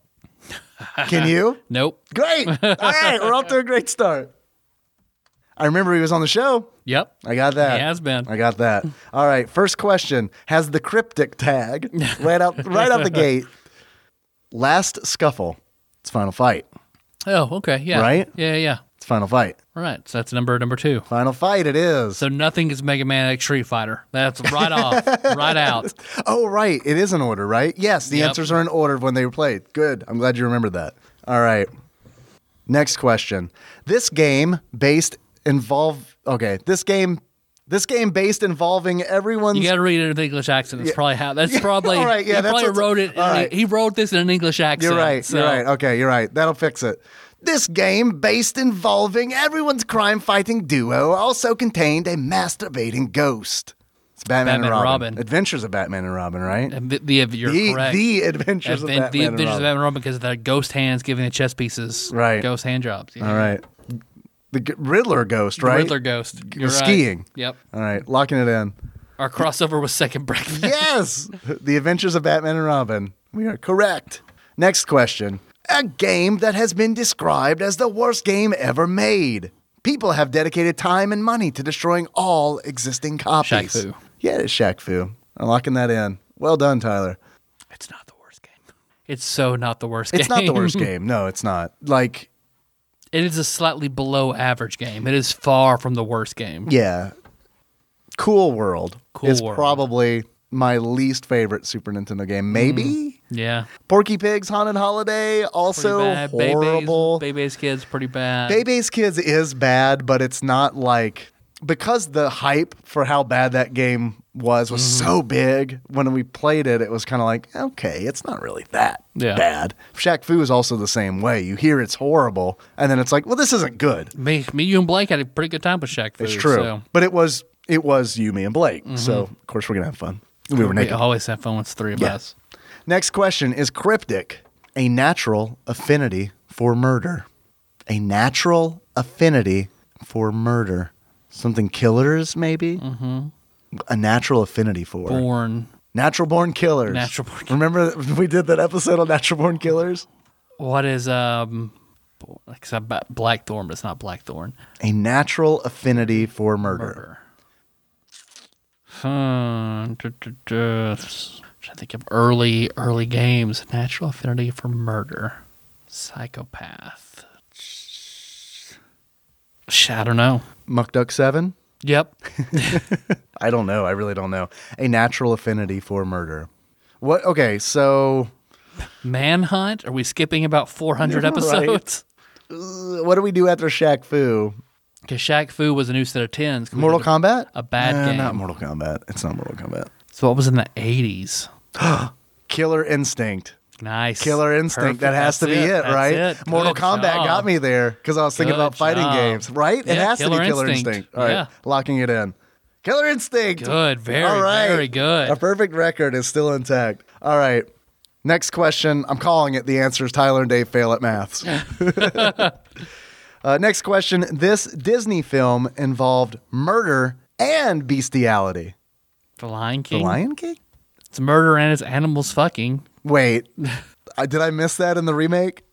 Can you?
Nope.
Great. All right, we're off to a great start. I remember he was on the show.
Yep.
I got that.
He has been.
I got that. All right. First question has the cryptic tag right out right out the gate. Last scuffle. It's final fight.
Oh, okay. Yeah.
Right?
Yeah, yeah.
It's final fight.
All right. So that's number number two.
Final fight. It is.
So nothing is Mega Man X Street Fighter. That's right off, right out.
oh right, it is in order, right? Yes. The
Yep.
answers are in order of when they were played. Good. I'm glad you remembered that. All right. Next question. This game based involve. Okay. This game. This game based involving everyone's.
You got to read it in an English accent. It's probably how. That's probably.
All right, yeah,
he
that's
probably
what's-
wrote it.
all right.
He, he wrote this in an English accent.
You're right.
So
You're right. Okay, you're right. That'll fix it. This game, based involving everyone's crime fighting duo, also contained a masturbating ghost. It's Batman,
Batman
and Robin.
Robin.
Adventures of Batman and Robin, right?
The, the, you're
The,
correct.
the Adventures
And
of
then
Batman
the
and
Adventures of
Robin.
Batman and Robin because of the ghost hands giving the chess pieces.
Right.
Ghost hand jobs. Yeah.
All right. The g- Riddler ghost, right?
Riddler ghost. You're right.
skiing.
Yep.
All right, locking it in.
Our crossover was second breakfast.
yes, The Adventures of Batman and Robin. We are correct. Next question. A game that has been described as the worst game ever made. People have dedicated time and money to destroying all existing copies.
Shaq Fu.
Yeah, it's Shaq Fu. I'm locking that in. Well done, Tyler.
It's not the worst game. It's so not the worst
It's
game.
not the worst game. No, it's not. Like,
It is a slightly below average game. It is far from the worst game.
yeah. Cool World
Cool
is
World.
probably my least favorite Super Nintendo game. Maybe?
Mm. Yeah.
Porky Pig's Haunted Holiday, also
Bebe's-
horrible.
Bebe's kids pretty bad.
Baby's Kids is bad, but it's not like because the hype for how bad that game was was
Mm-hmm.
so big. When we played it, it was kind of like, okay, it's not really that
Yeah.
bad. Shaq Fu is also the same way. You hear it's horrible, and then it's like, well, this isn't good.
Me, me, you, and Blake had a pretty good time with Shaq. Fu,
It's true,
So. Mm-hmm.
but it was it was you, me, and Blake. So of course we're gonna have fun. We were
We
naked.
always have fun with the three of
Yeah.
us.
Next question is cryptic. A natural affinity for murder. A natural affinity for murder. Something killers, maybe? Mm-hmm. A natural affinity for.
Born.
Natural born killers.
Natural born-
Remember that we did that episode on natural born killers?
What is um? bo- Except ba- Blackthorn, but it's not Blackthorn.
A natural affinity for murder.
Murder. Hmm. duh, duh, duh. Trying to think of early, early games. Natural affinity for murder. Psychopath. Sh- I don't know.
Muck Duck 7?
Yep.
I don't know. I really don't know. A natural affinity for murder. What? Okay, so
Manhunt? Are we skipping about 400
Right.
episodes?
uh, what do we do after Shaq Fu?
Because Shaq Fu was a new set of 10s. Can we
Mortal
do-
Kombat?
a bad
Nah,
game.
Not Mortal Kombat. It's not Mortal Kombat.
So what was in the 80s?
Killer Instinct.
Nice.
Killer Instinct. That
Perfect.
has to
That's
be it,
That's
right?
it.
Mortal
Good
Kombat
job.
got me there because I was thinking
Good
about fighting
job.
games, right? it
Yeah,
has to
Killer
be Killer
Instinct.
Instinct. All right,
Yeah.
locking it in. Killer Instinct.
Good. Very,
All right.
very good.
A perfect record is still intact. All right. Next question. I'm calling it the answers Tyler and Dave fail at maths. uh, next question. This Disney film involved murder and bestiality.
The Lion King.
The Lion King?
It's murder and it's animals fucking.
Wait, I, did I miss that in the remake?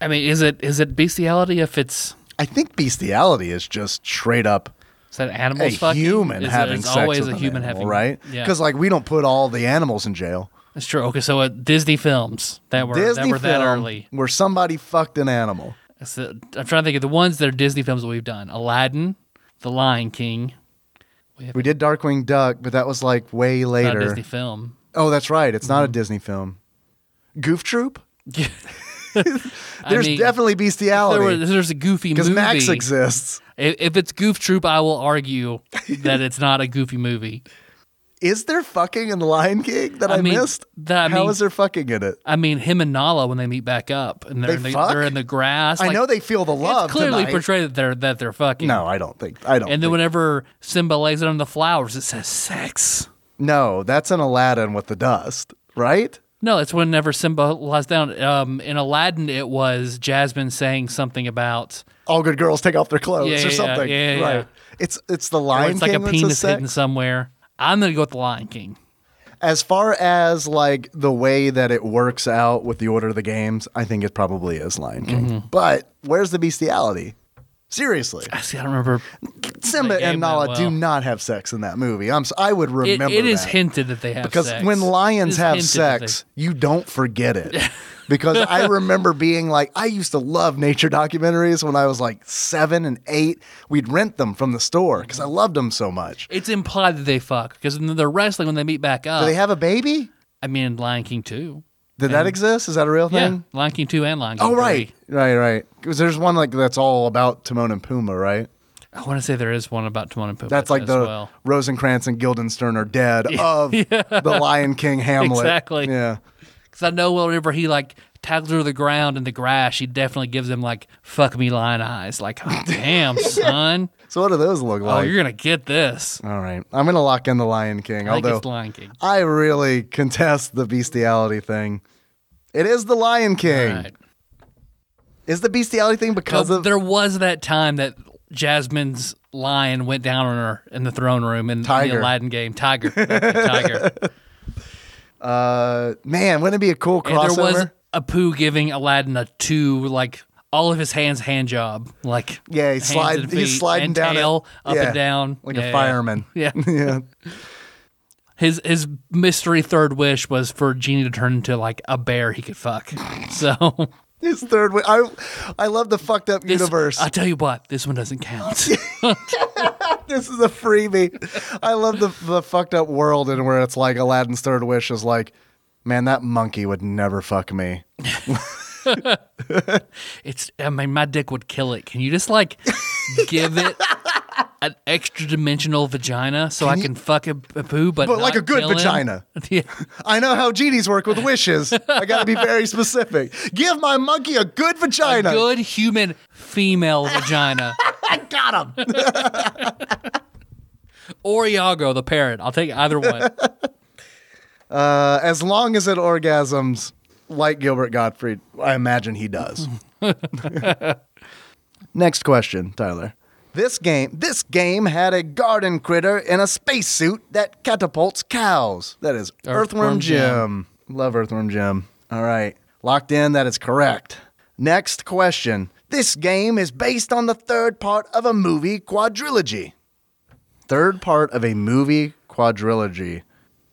I mean, is it is it bestiality if it's
I think bestiality is just straight up
is that
a
animals fucking?
human
Is it-
having
it's
sex
always a
with an
human
animal,
having
right?
Yeah,
Because like we don't put all the animals in jail.
that's true. Okay, so uh, Disney films that were
Disney
that were that
film
early.
where somebody fucked an animal.
So, I'm trying to think of the ones that are Disney films that we've done: Aladdin, The Lion King.
We did Darkwing Duck, but that was like way
Not a
later.
Disney film. Mm-hmm.
Oh, that's right. It's not a Disney film. Goof Troop.
There's
There's definitely
there were,
bestiality
there's a goofy
Oh, because
movie.
Max exists.
If, if it's Goof Troop, I will argue that it's not a goofy movie.
Is there fucking in the Lion King that I,
I mean,
missed?
that- I
How
mean-
is there fucking in it?
I mean, him and Nala when they meet back up and they're
They
in the,
fuck?
they're in the grass.
I
like,
know they feel the love.
It's clearly
tonight.
portrayed that they're that they're fucking.
No, I don't think. I don't.
And then
think-
whenever Simba lays it on the flowers, it says sex.
no, that's an Aladdin with the dust, right?
No, it's whenever Simba lies down. Um, in Aladdin, it was Jasmine saying something about
All good girls take off their clothes
Yeah,
or
yeah,
something,
yeah, yeah.
right? It's it's the
or
Lion
oh, it's like
King
a
that's
penis
sex.
hidden somewhere. I'm gonna go with the Lion King.
As far as like the way that it works
Mm-hmm.
out with the order of the games, I think it probably is Lion King. But where's the bestiality? Seriously,
I see. I don't remember.
Simba
game
and Nala
that well.
do not have sex in that movie. I'm. s- I would
It,
remember.
it is
that.
hinted that they have
because
sex.
when
It
lions
is
have
hinted that they-
sex, you don't forget it. because I remember being like, I used to love nature documentaries when I was like seven and eight. We'd rent them from the store because I loved them so much.
it's implied that they fuck because they're wrestling when they meet back up.
Do they have a baby?
I mean, in Lion King two.
Did that exist? Is that a real
Yeah,
thing?
Lion King two and Lion King.
Oh right,
3.
right, right. Because there's one like that's all about Timon and Pumbaa, right?
I want to say there is one about Timon and Pumbaa.
That's like
as
the
well.
Rosencrantz and Guildenstern are dead of the Lion King Hamlet.
Exactly.
Yeah.
Because I know whenever he like tackles her to the ground in the grass, she definitely gives him like "fuck me" lion eyes. Like, oh, damn son,
So what do those look
oh,
like?
you're gonna get this.
all right, I'm gonna lock in the Lion King.
I think
although
it's Lion King.
I really contest the bestiality thing. It is the Lion King.
All right.
Is the bestiality thing because
But
of
there was that time that Jasmine's lion went down on her in the throne room in
Tiger.
the Aladdin game. Tiger, tiger.
uh man, wouldn't it be a cool
And there
crossover?
was a poo giving Aladdin a two, like all of his hands hand job, like
Yeah, he
hands
slide-
and
he's
feet
sliding
and
down it.
tail up
Yeah,
and down
like
Yeah.
a fireman.
Yeah,
yeah.
his his mystery third wish was for Genie to turn into like a bear he could fuck. So
His third way. I I love the fucked up
this-
universe.
I'll tell you what, this one doesn't count.
this is a freebie. I love the the fucked up world and where it's like Aladdin's third wish is like, man, that monkey would never fuck me.
It's I mean my dick would kill it. Can you just like give it an extra dimensional vagina so I can fuck a, a poo, but
But like
not
a good
kill him?
vagina.
Yeah.
I know how genies work with wishes. I got to be very specific. Give my monkey a good vagina.
Good human female vagina.
I got him.
Or Iago the parrot. I'll take either one.
Uh, as long as it orgasms like Gilbert Gottfried, I imagine he does. Next question, Tyler. This game, this game had a garden critter in a spacesuit that catapults cows. That is Earthworm,
Earthworm
Jim.
Jim.
Love Earthworm Jim. All right, locked in. That is correct. Next question. This game is based on the third part of a movie quadrilogy. Third part of a movie quadrilogy.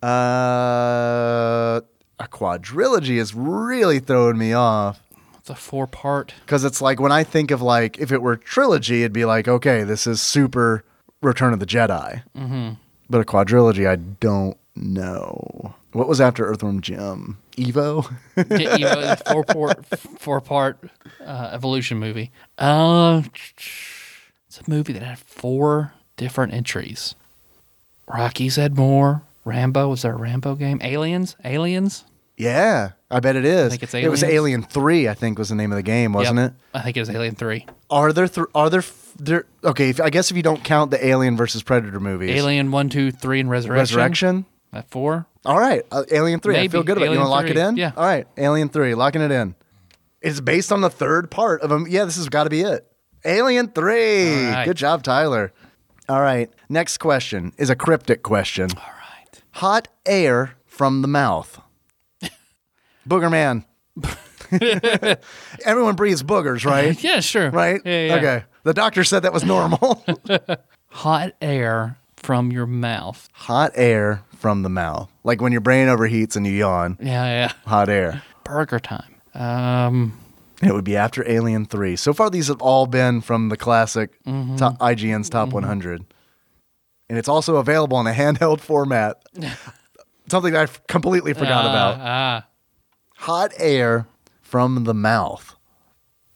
Uh, a quadrilogy is really throwing me off
It's a four part.
because it's like when I think of like if it were trilogy, it'd be like okay, this is super Return of the Jedi. Mm-hmm. But a quadrilogy, I don't know. What was after Earthworm Jim? Evo.
Yeah, you know, it's four part four part uh, evolution movie. Uh, it's a movie that had four different entries. Rockies had more. Rambo was there a Rambo game? Aliens? Aliens?
yeah, I bet it is.
think it's
it was
Aliens.
Alien Three. I think was the name of the game, wasn't
Yep.
it?
I think it was Alien Three.
Are there th- are there, f- there? Okay, if, I guess if you don't count the Alien versus Predator movies,
Alien One, Two, Three, and Resurrection.
Resurrection.
At four.
All right, uh, Alien Three. I
Maybe.
feel good about it. You
Alien
want to lock it
3,
in?
yeah.
All right, Alien Three, locking it in. It's based on the third part of a. Yeah, this has got to be it. Alien Three.
All right.
Good job, Tyler. All right, next question is a cryptic question.
All right.
Hot air from the mouth. Booger man. Everyone breathes boogers, right?
Yeah, sure.
Right?
Yeah, yeah.
Okay. The doctor said that was normal.
Hot air from your mouth.
Hot air from the mouth, like when your brain overheats and you yawn.
Yeah, yeah.
Hot air.
Burger time. Um,
It would be after Alien 3. So far, these have all been from the classic top, IGN's Top 100. And it's also available in a handheld format. Something I f- completely forgot about.
Ah, ah.
Hot air from the mouth.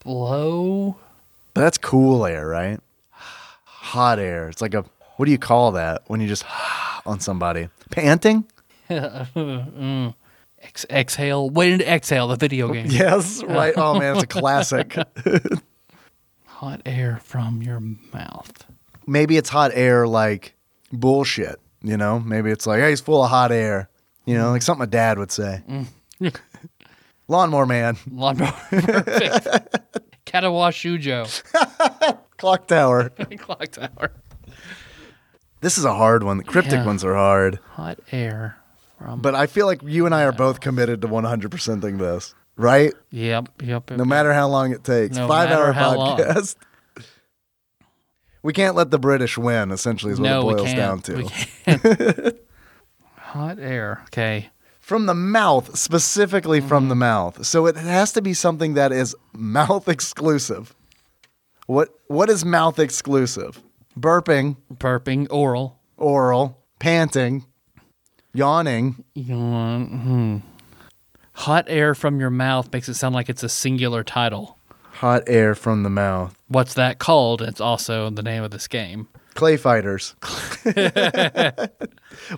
blow.
But that's cool air, right? Hot air. It's like a, what do you call that when you just on somebody? Panting?
Ex- exhale. Wait to exhale. The video game.
Yes, right. Oh, man, it's a classic.
Hot air from your mouth.
maybe it's hot air like bullshit. You know, maybe it's like, hey, he's full of hot air. You know, like something my dad would say. Lawnmower man,
Lawnmower. Perfect. Katawashujo.
clock tower.
Clock tower.
This is a hard one. The cryptic
Yeah.
ones are hard,
Hot air from.
but I feel like you and I are both committed to 100%ing this, right?
Yep. Yep.
No matter how long it takes.
No
Five hour
matter how long.
podcast. We can't let the British win, essentially, is what
no,
it
we
boils
can't.
down
We
to.
can't. Hot air. Okay.
From the mouth, specifically from the mouth. So it has to be something that is mouth exclusive. What what is mouth exclusive? Burping,
Burping, oral.
oral, panting, yawning.
Yawn. Hmm. Hot air from your mouth makes it sound like it's a singular title.
Hot air from the mouth.
What's that called? It's also the name of this game.
Clay fighters.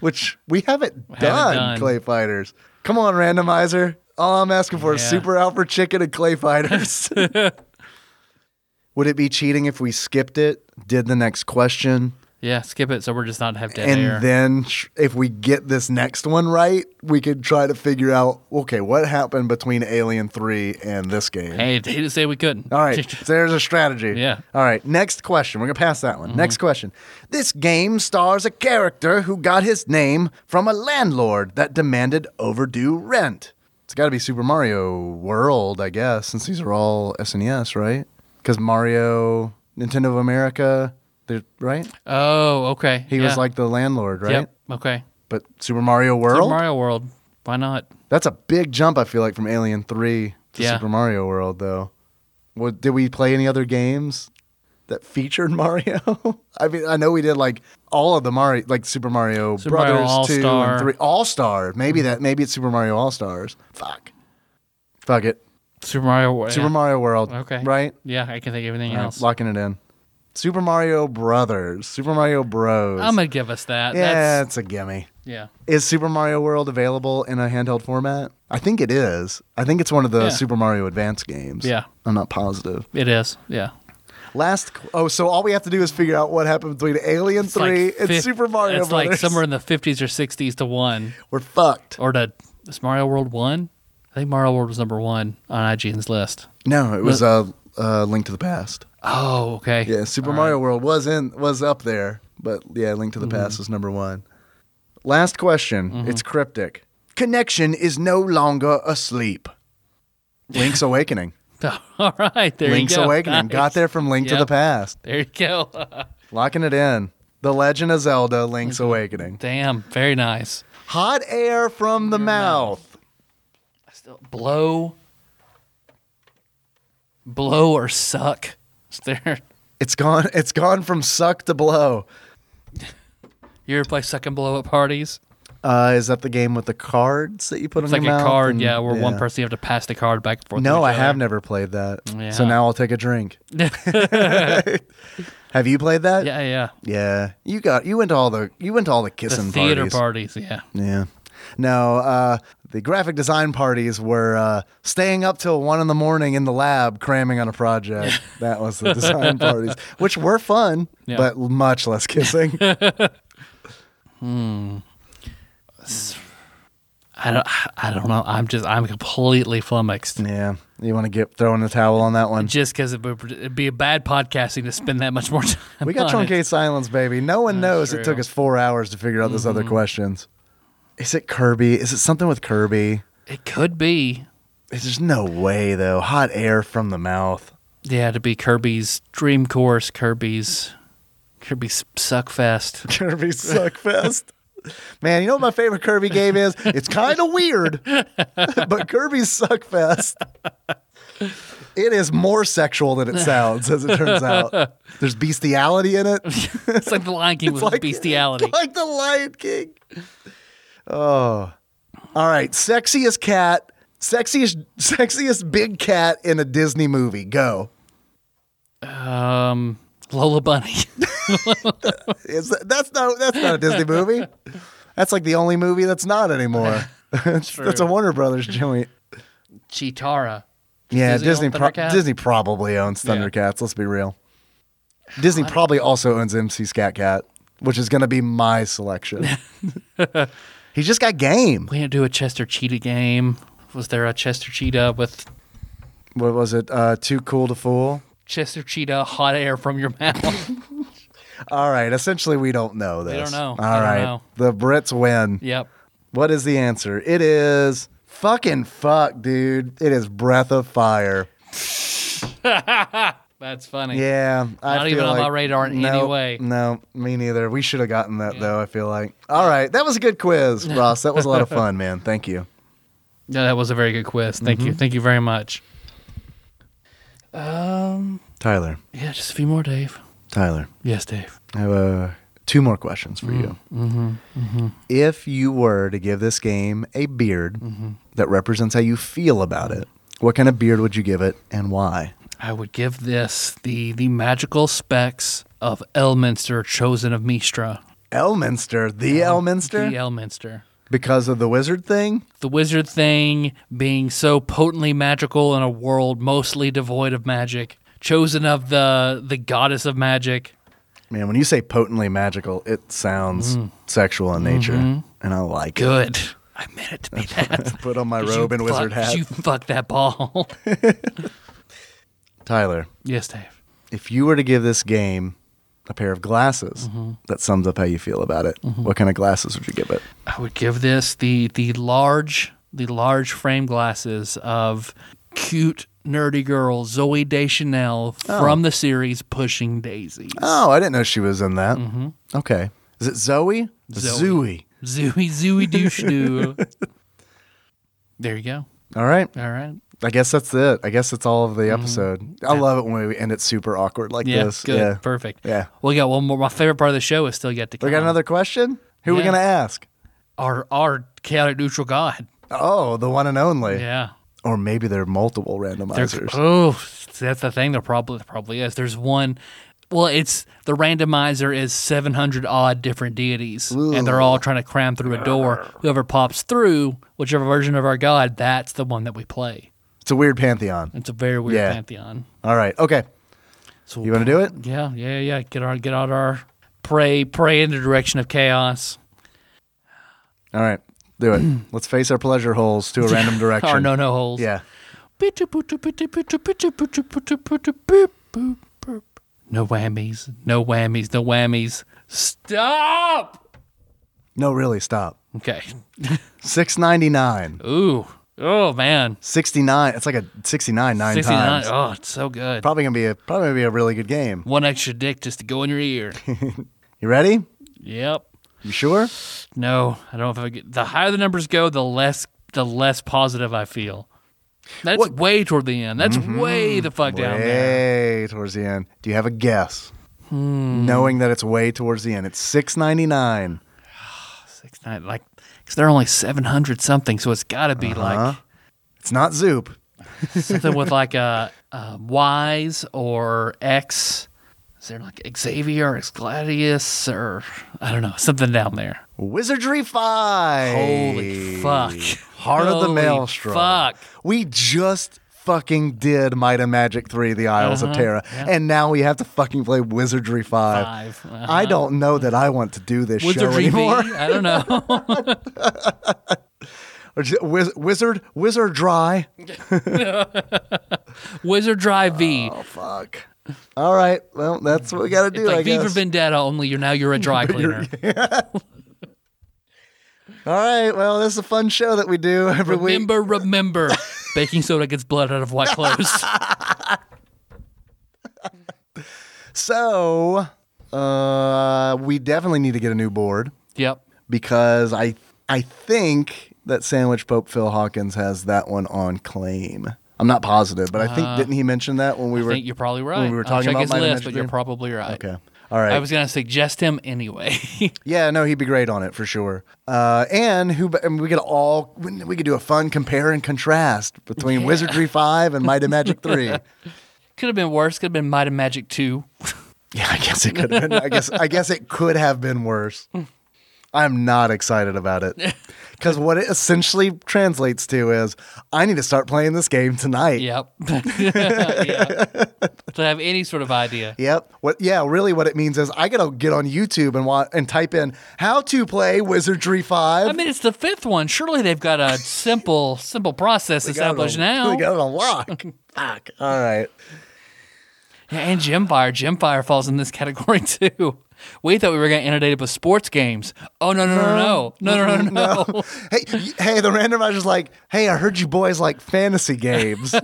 Which we haven't,
haven't
done,
done.
clay fighters. Come on, randomizer. All I'm asking for is
Yeah.
super Alfred chicken and clay fighters. Would it be cheating if we skipped it, did the next question,
Yeah, skip it. So we're just not have dead
and
air.
then sh- if we get this next one right, we could try to figure out okay, what happened between Alien 3 and this game?
hey, they didn't say we couldn't.
All right. So there's a strategy.
Yeah. Mm-hmm.
All right. Next question. We're going to pass that one. Next question. This game stars a character who got his name from a landlord that demanded overdue rent. It's got to be Super Mario World, I guess, since these are all SNES, right? Because Mario, Nintendo of America, they're- right?
oh, okay.
He
Yeah.
was like the landlord, right?
Yep. Okay.
But Super Mario World?
Super Mario World. Why not?
That's a big jump, I feel like, from Alien 3 to
Yeah.
Super Mario World, though. What, did we play any other games that featured Mario? I mean, I know we did like all of the Mario, like Super Mario
Super Mario
Brothers 2
All-Star. Mm-hmm.
and 3. All Star. Maybe that, maybe it's Super Mario All Stars. Fuck. Fuck it.
Super Mario World.
Super Mario World.
Okay.
Right?
Yeah, I can think of anything
All right,
else.
locking it in. Super Mario Brothers. Super Mario Bros.
I'm gonna give us that.
yeah,
That's,
it's a gimme.
yeah.
Is Super Mario World available in a handheld format? I think it is. I think it's one of the
Yeah.
Super Mario Advance games.
Yeah.
I'm not positive.
It is. Yeah.
Last qu- Oh, so all we have to do is figure out what happened between Alien
It's
3
like
and
fif-
Super Mario
It's
Brothers.
like somewhere in the 50s or 60s to one
We're fucked.
or to is Mario World one. I think Mario World was number one on IGN's list.
No, it was a uh, Link to the Past.
Oh, okay.
Yeah, Super
All right. Mm-hmm.
Mario World was in was up there, but yeah, Link to the Past was number 1. Last question. It's cryptic. Connection is no longer asleep. Link's Awakening.
All right. There
Link's
you go.
Awakening.
Nice.
Got there from Link to the
Yep.
Past.
There you go.
Locking it in. The Legend of Zelda
Mm-hmm.
Link's Awakening.
Damn. Very nice.
Hot air from the mouth.
Still blow. Blow or suck. Is there?
It's gone it's gone from suck to blow.
You ever play suck and blow at parties?
Uh, is that the game with the cards that you put
It's
in
like a
your mouth?
card,
and-
yeah, where one person you have to pass the card back and forth. to
No,
each
I have
other.
never played that.
Yeah.
So now I'll take a drink. have you played that?
Yeah, yeah.
Yeah. You got you went to all the you went to all the
The
kissing
theater
parties.
parties. yeah.
Yeah. No, uh, the graphic design parties were uh, staying up till one in the morning in the lab cramming on a project. that was the design parties, which were fun,
Yeah.
but much less kissing.
I don't. I don't know. I'm just. I'm completely flummoxed.
yeah. You want to get throwing the towel on that one?
Just because it would it'd be a bad podcasting to spend that much more time.
We got
on it.
truncate silence, baby. No one knows
true. Mm-hmm.
it took us four hours to figure out those other questions. Is it Kirby? Is it something with Kirby?
It could be.
It's just no way, though. Hot air from the mouth.
Yeah, to be Kirby's Dream Course, Kirby's Kirby's Suckfest.
Kirby Suckfest. Man, you know what my favorite Kirby game is? It's kind of weird, but Kirby Suckfest. It is more sexual than it sounds, as it turns out. There's bestiality in it. It's
It's like the Lion King with
like
bestiality.
like the Lion King. Oh, all right. Sexiest cat, sexiest, sexiest big cat in a Disney movie. Go.
Um, Lola Bunny.
Is that, that's not that's not a Disney movie. That's like the only movie that's not anymore. that's, that's a Warner Brothers joint.
Chitara.
Yeah,
Disney
Disney
own
pro-
Thundercats?
Disney probably owns
Yeah.
Thundercats. Let's be real. Disney probably also owns MC Scat Cat, which is going to be my selection. He's just got game.
We didn't do a Chester Cheetah game. Was there a Chester Cheetah with
What was it? Uh, too cool to fool.
Chester Cheetah hot air from your mouth?
All right. Essentially, we don't know this.
don't know.
All
I don't
right.
know.
The Brits win.
yep.
What is the answer? It is fucking fuck, dude. It is Breath of Fire.
That's funny.
Yeah, I
Not
feel
even on my
like-
radar in any
Nope,
way.
No, me neither. We should have gotten that though. I feel like. All right, that was a good quiz, Ross. That was a lot of fun, man. Thank you.
Yeah, that was a very good quiz. Thank
Mm-hmm.
you. Thank you very much. Um,
Tyler,
yeah, just a few more, Dave.
Tyler,
Yes, Dave.
I have uh, two more questions for you.
Mm,
Mm-hmm, If you were to give this game a beard
Mm-hmm.
that represents how you feel about it, what kind of beard would you give it, and why?
I would give this the the magical specs of Elminster, chosen of Mistra.
Elminster, the Elminster,
The Elminster.
because of the wizard thing.
The wizard thing being so potently magical in a world mostly devoid of magic, chosen of the the goddess of magic.
Man, when you say potently magical, it sounds
Mm.
sexual in nature,
Mm-hmm.
and I like it.
Good. I meant it to be that.
Put on my robe and
You
wizard
fuck-
hat.
You fuck that ball.
Tyler,
yes, Dave.
if you were to give this game a pair of glasses
Mm-hmm.
that sums up how you feel about it, what kind of glasses would you give it?
I would give this the the large the large frame glasses of cute nerdy girl Zoe Deschanel from the series Pushing Daisies.
Oh, I didn't know she was in that. Okay. Is it Zoe?
Mm-hmm. Zoe.
Zoe.
Zooey Zooey Douche Doo. There you go.
All right.
All right.
I guess that's it. I guess that's all of the episode. I love it when we end it super awkward like
Mm-hmm. Yeah.
this.
Good.
Yeah.
Perfect.
Yeah.
We got one more. My favorite part of the show is still yet to come.
We got another question? Who are we
Uh-huh. Yeah.
going to ask?
Our our chaotic neutral god.
Oh, the one and only.
Yeah.
Or maybe there are multiple
There-
randomizers.
oh, that's the thing. There probably there probably is. There's one. Well, it's the randomizer is 700 odd different deities, and they're all trying to cram through a door. Whoever pops through, whichever version of our god, that's the one that we play.
It's a weird pantheon.
It's a very weird
Yeah.
pantheon.
All right. Okay.
So
You want to do it?
Yeah, yeah, yeah. Get our get out our pray pray in the direction of chaos.
All right. Do it. Let's face our pleasure holes to a random direction.
Our no no holes.
Yeah.
No whammies. No whammies. No whammies. Stop.
No, really, stop.
Okay.
699.
Ooh. Oh man.
69. It's like a 69 nine
69.
times.
Oh, it's so good.
Probably gonna be a probably gonna be a really good game.
One extra dick just to go in your ear.
You ready?
yep.
You sure?
No, I don't know if I get, the higher the numbers go, the less the less positive I feel. That's
What- Mm-hmm.
way toward the end. That's way the fuck down there.
Way towards the end. Do you have a guess? Knowing that it's way towards the end. It's 699.
Six nine, like because they're only seven hundred something, so it's got to
Uh-huh.
be
It's not Zoop.
like something with like a, a Wise or X. Is there like Xavier or Gladius or I don't know something down there?
Wizardry 5.
Holy fuck!
Heart of the
Holy
Maelstrom.
Fuck!
We just fucking did Might and Magic 3, The Isles
Uh-huh.
of Terra, and now we have to fucking play Wizardry 5.
Five. Uh,
I don't know that I want to do this show
Wizardry V?
anymore.
I don't know.
Or just wiz- wizard, wizard dry.
Wizard Drive V.
Oh, fuck. All right. Well, that's what we got to do,
It's
I
like V
guess.
for Vendetta, only you're now you're a dry cleaner.
All right. Well, this is a fun show that we do every week.
Remember, remember, baking soda gets blood out of white clothes.
So, uh, we definitely need to get a new board
yep.
because I I think that Sandwich Pope Phil Hawkins has that one on claim. I'm not positive, but I think didn't he mention that when we
Uh, I
were
think you're probably right.
we were
I'll
talking
check
about
his
Might and
list,
Magic
but you're
Dream?
probably right.
Okay. All right.
I was gonna suggest him anyway.
Yeah, no, he'd be great on it for sure. Uh, and who I mean, we could all we could do a fun compare and contrast between Wizardry Five and Might and Magic Three.
could have been worse. Could have been Might and Magic Two.
Yeah, I guess it could have been. I guess I guess it could have been worse. I'm not excited about it because what it essentially translates to is I need to start playing this game tonight.
yep. Yep. To have any sort of idea.
Yep. What? Yeah. Really, what it means is I gotta get on YouTube and wa- and type in how to play Wizardry Five.
I mean, it's the fifth one. Surely they've got a simple, simple process established
Got it on-
now.
We got it on lock. Fuck. All right.
Yeah, and Gemfire. Gemfire falls in this category too. We thought we were going to inundate it with sports games. Oh no no no no no no no no! no.
Hey, y- hey, the randomizer's like, hey, I heard you boys like fantasy games.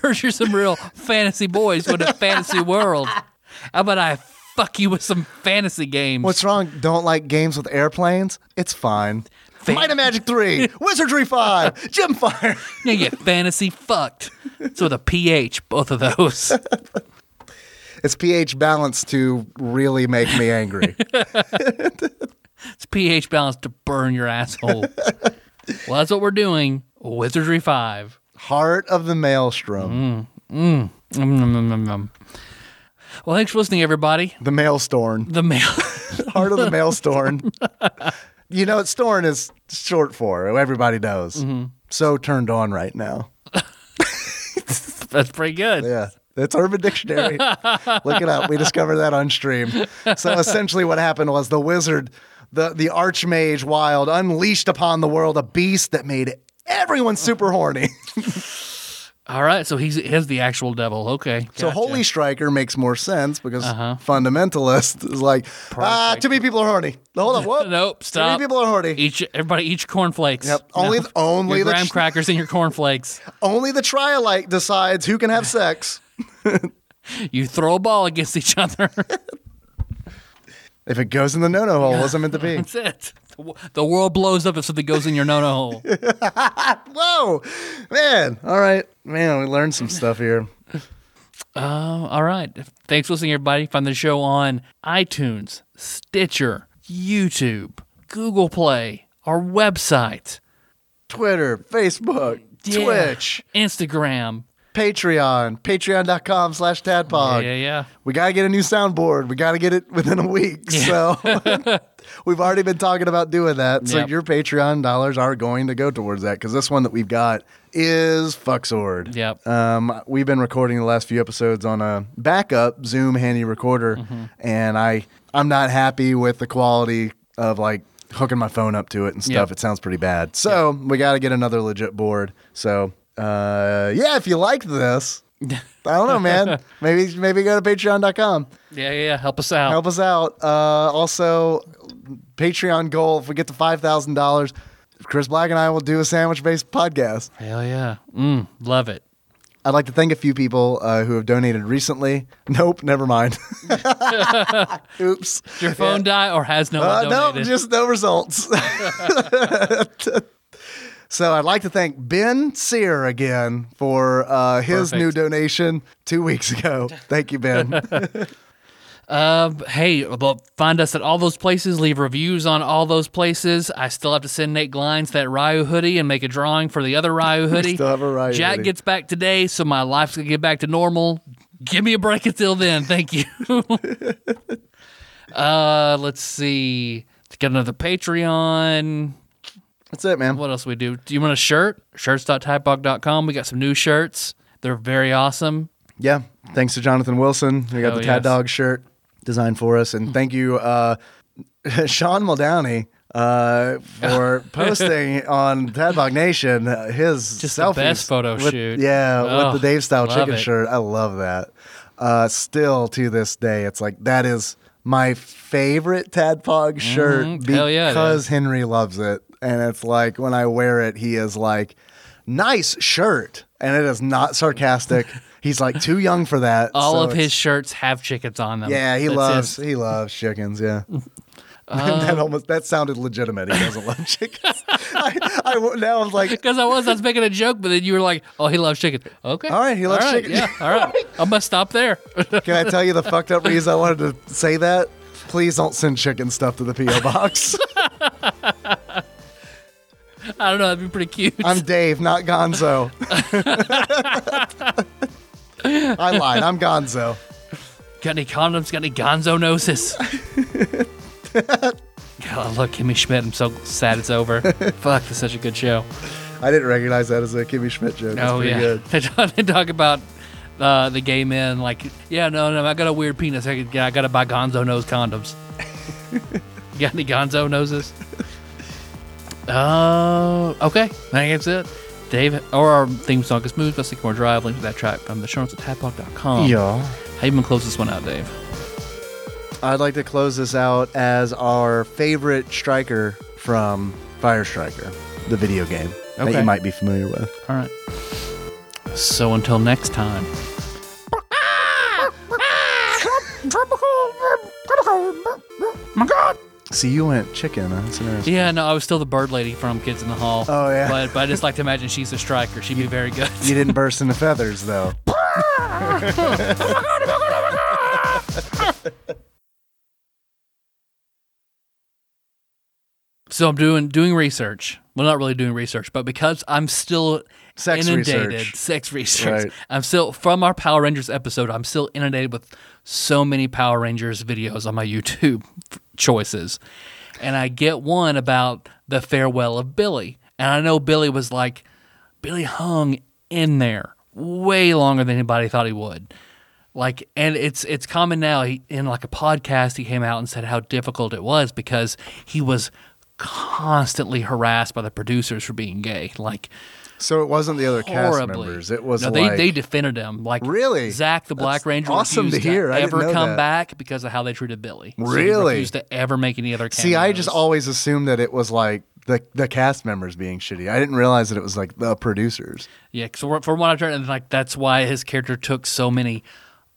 Heard you're some real fantasy boys with a fantasy world. How about I fuck you with some fantasy games?
What's wrong? Don't like games with airplanes? It's fine.
Fan-
Might of Magic 3, Wizardry 5, Gym Fire.
You get fantasy fucked. It's with a PH, both of those.
It's pH balanced to really make me angry.
It's pH balanced to burn your asshole. well, that's what we're doing. Wizardry 5.
Heart of the Maelstrom.
Mm, mm, mm, mm, mm. Well, thanks for listening, everybody.
The Maelstorm.
The mail.
Heart of the Maelstorm. you know what Storm is short for. Everybody knows.
Mm-hmm.
So turned on right now.
that's pretty good.
Yeah. It's Urban Dictionary. Look it up. We discovered that on stream. So essentially, what happened was the wizard, the, the archmage wild, unleashed upon the world a beast that made everyone super horny.
All right, so he's he's the actual devil. Okay.
So Holy Striker makes more sense because
Uh-huh.
fundamentalist is like, ah, too many people are horny. Hold on, what?
Nope,
Too
stop. E-
many people are horny.
Each everybody each cornflakes.
Yep. Only the- only
your
the
graham
tr-
crackers and your cornflakes.
Only the trialite decides who can have sex.
You throw a ball against each other.
If it goes in the no-no hole, wasn't meant to be.
That's it. The wo- The world blows up if something goes in your no no hole.
Whoa, man! All right, man. We learned some stuff here.
Uh, all right. Thanks for listening, everybody. Find the show on iTunes, Stitcher, YouTube, Google Play, our website,
Twitter, Facebook,
Yeah.
Twitch,
Instagram.
Patreon, patreon.com slash tadpog.
yeah, yeah.
We got to get a new soundboard. We got to get it within a week. So we've already been talking about doing that. So
Yep.
your Patreon dollars are going to go towards that because this one that we've got is Fucksword.
Yep.
Um, we've been recording the last few episodes on a backup Zoom handy recorder, and I I'm not happy with the quality of like hooking my phone up to it and stuff.
Yep.
It sounds pretty bad. So we got to get another legit board. So uh, yeah, if you like this, I don't know, man. maybe maybe go to Patreon.com.
Yeah, yeah, yeah. Help us out.
Help us out. Uh, also, Patreon goal if we get to five thousand dollars. Chris Black and I will do a sandwich based podcast.
Hell yeah. Mm, love it.
I'd like to thank a few people uh, who have donated recently. Nope, never mind. Oops.
Did your phone die or has no
Uh,
one
no,
donated?
just no results. so I'd like to thank Ben Sear again for uh, his
Perfect.
new donation two weeks ago. Thank you, Ben.
Um, hey, well, find us at all those places. Leave reviews on all those places. I still have to send Nate Glines that Ryu hoodie and make a drawing for the other Ryu hoodie.
still have a Ryu
Jack
hoodie.
gets back today, so my life's gonna get back to normal. Give me a break until then. Thank you. uh, let's see. Got another Patreon.
That's it, man.
What else we do? Do you want a shirt? Shirts.typebug.com. We got some new shirts. They're very awesome.
Yeah. Thanks to Jonathan Wilson. We got
Oh,
the Tad
yes.
Dog shirt designed for us. And thank you, uh, Sean Muldowney, uh, for posting on Tad Dog Nation uh, his
Just the
selfies
best photo
with-
shoot.
Yeah,
Oh,
with the Dave Style
love
Chicken
it.
shirt. I love that. Uh, still to this day, it's like that is my favorite Tadpog shirt
Mm, Hell yeah, it
because Henry loves it. And it's like when I wear it, he is like, nice shirt. And it is not sarcastic. He's like too young for that.
All
so
of his
it's-
shirts have chickens on them.
Yeah, he
That's
loves
his- Um,
he loves chickens, yeah. that almost that sounded legitimate. He doesn't love chickens. I, I w- now I'm like,
Because I was, I was making a joke, but then you were like, "Oh, he loves chicken." Okay,
All right, he loves chicken.
Yeah, all right. I must stop there.
Can I tell you the fucked up reason I wanted to say that? Please don't send chicken stuff to the P.O. box.
I don't know. That'd be pretty cute.
I'm Dave, not Gonzo. I lied. I'm Gonzo.
got any condoms? Got any Gonzo noses? God, I love Oh, Kimmy Schmidt. I'm so sad it's over. Fuck, this is such a good show.
I didn't recognize that as a Kimmy Schmidt joke. That's
oh
pretty
yeah,
good.
They talk- they talk about uh, the gay men. Like, yeah, no, no, I got a weird penis. I, I got to buy Gonzo nose condoms. you got any Gonzo noses? Uh, okay, I think that's it. Dave, or our theme song is Smooth by Sycamore Drive. Link to that track from the show notes at tapbox.com.
Yeah.
How you even close this one out, Dave?
I'd like to close this out as our favorite striker from Fire Striker, the video game that
Okay.
you might be familiar with.
All right. So until next time.
My God!
See, you went chicken. Huh? That's interesting.
Yeah, no, I was still the bird lady from Kids in the Hall.
Oh, yeah.
But, but I just like to imagine she's a striker. She'd be very good.
You didn't burst into feathers, though.
So I'm doing doing research. Well, not really doing research, but because I'm still
Sex
inundated
research.
sex research.
Right.
I'm still from our Power Rangers episode. I'm still inundated with so many Power Rangers videos on my YouTube f- choices, and I get one about the farewell of Billy, and I know Billy was like, Billy hung in there way longer than anybody thought he would. Like, and it's it's common now. He, in like a podcast, he came out and said how difficult it was because he was constantly harassed by the producers for being gay. Like,
So it wasn't the other cast
horribly.
members. It was
no, they
like
they defended him like
Really?
Zach the Black
That's
Ranger
awesome to
refused
hear. I didn't
ever
know
come
that.
back because of how they treated Billy. So he
Really?
refused to ever make any other. Cameos.
See, I just always assumed that it was like the the cast members being shitty. I didn't realize that it was like the producers.
yeah. So from what I've heard, and like that's why his character took so many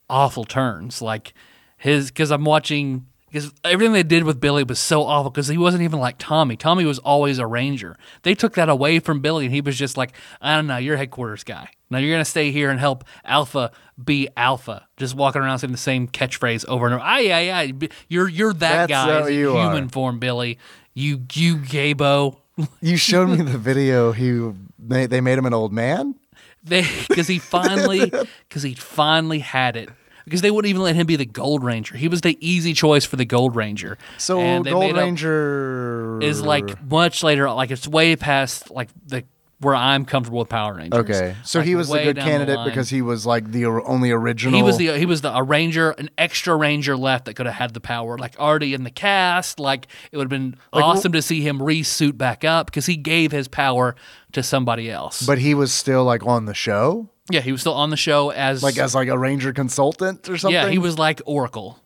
awful turns. Like his because I'm watching. Because everything they did with Billy was so awful. Because he wasn't even like Tommy. Tommy was always a ranger. They took that away from Billy, and he was just like, I don't know, you're headquarters guy. Now you're gonna stay here and help Alpha be Alpha. Just walking around saying the same catchphrase over and over. Aye, aye, aye. B- You're you're that
That's
guy
how
in
you
human
are.
form, Billy. You you gaybo.
You showed me the video. He they, they made him an old man.
They because he finally because he finally had it because they wouldn't even let him be the Gold Ranger. He was the easy choice for the Gold Ranger.
So
And they
Gold
made up-
Ranger
is like much later. Like it's way past like the where I'm comfortable with Power Rangers.
Okay, so
Like,
he was the
way
good
down the
candidate
line.
because he was like the or- only original.
He was the he was the a ranger, an extra ranger left that could have had the power, like already in the cast. Like it would have been awesome to see him resuit back up because he gave his power to somebody else.
but he was still like on the show,
yeah, he was still on the show as
like as like a ranger consultant or something.
yeah, he was like Oracle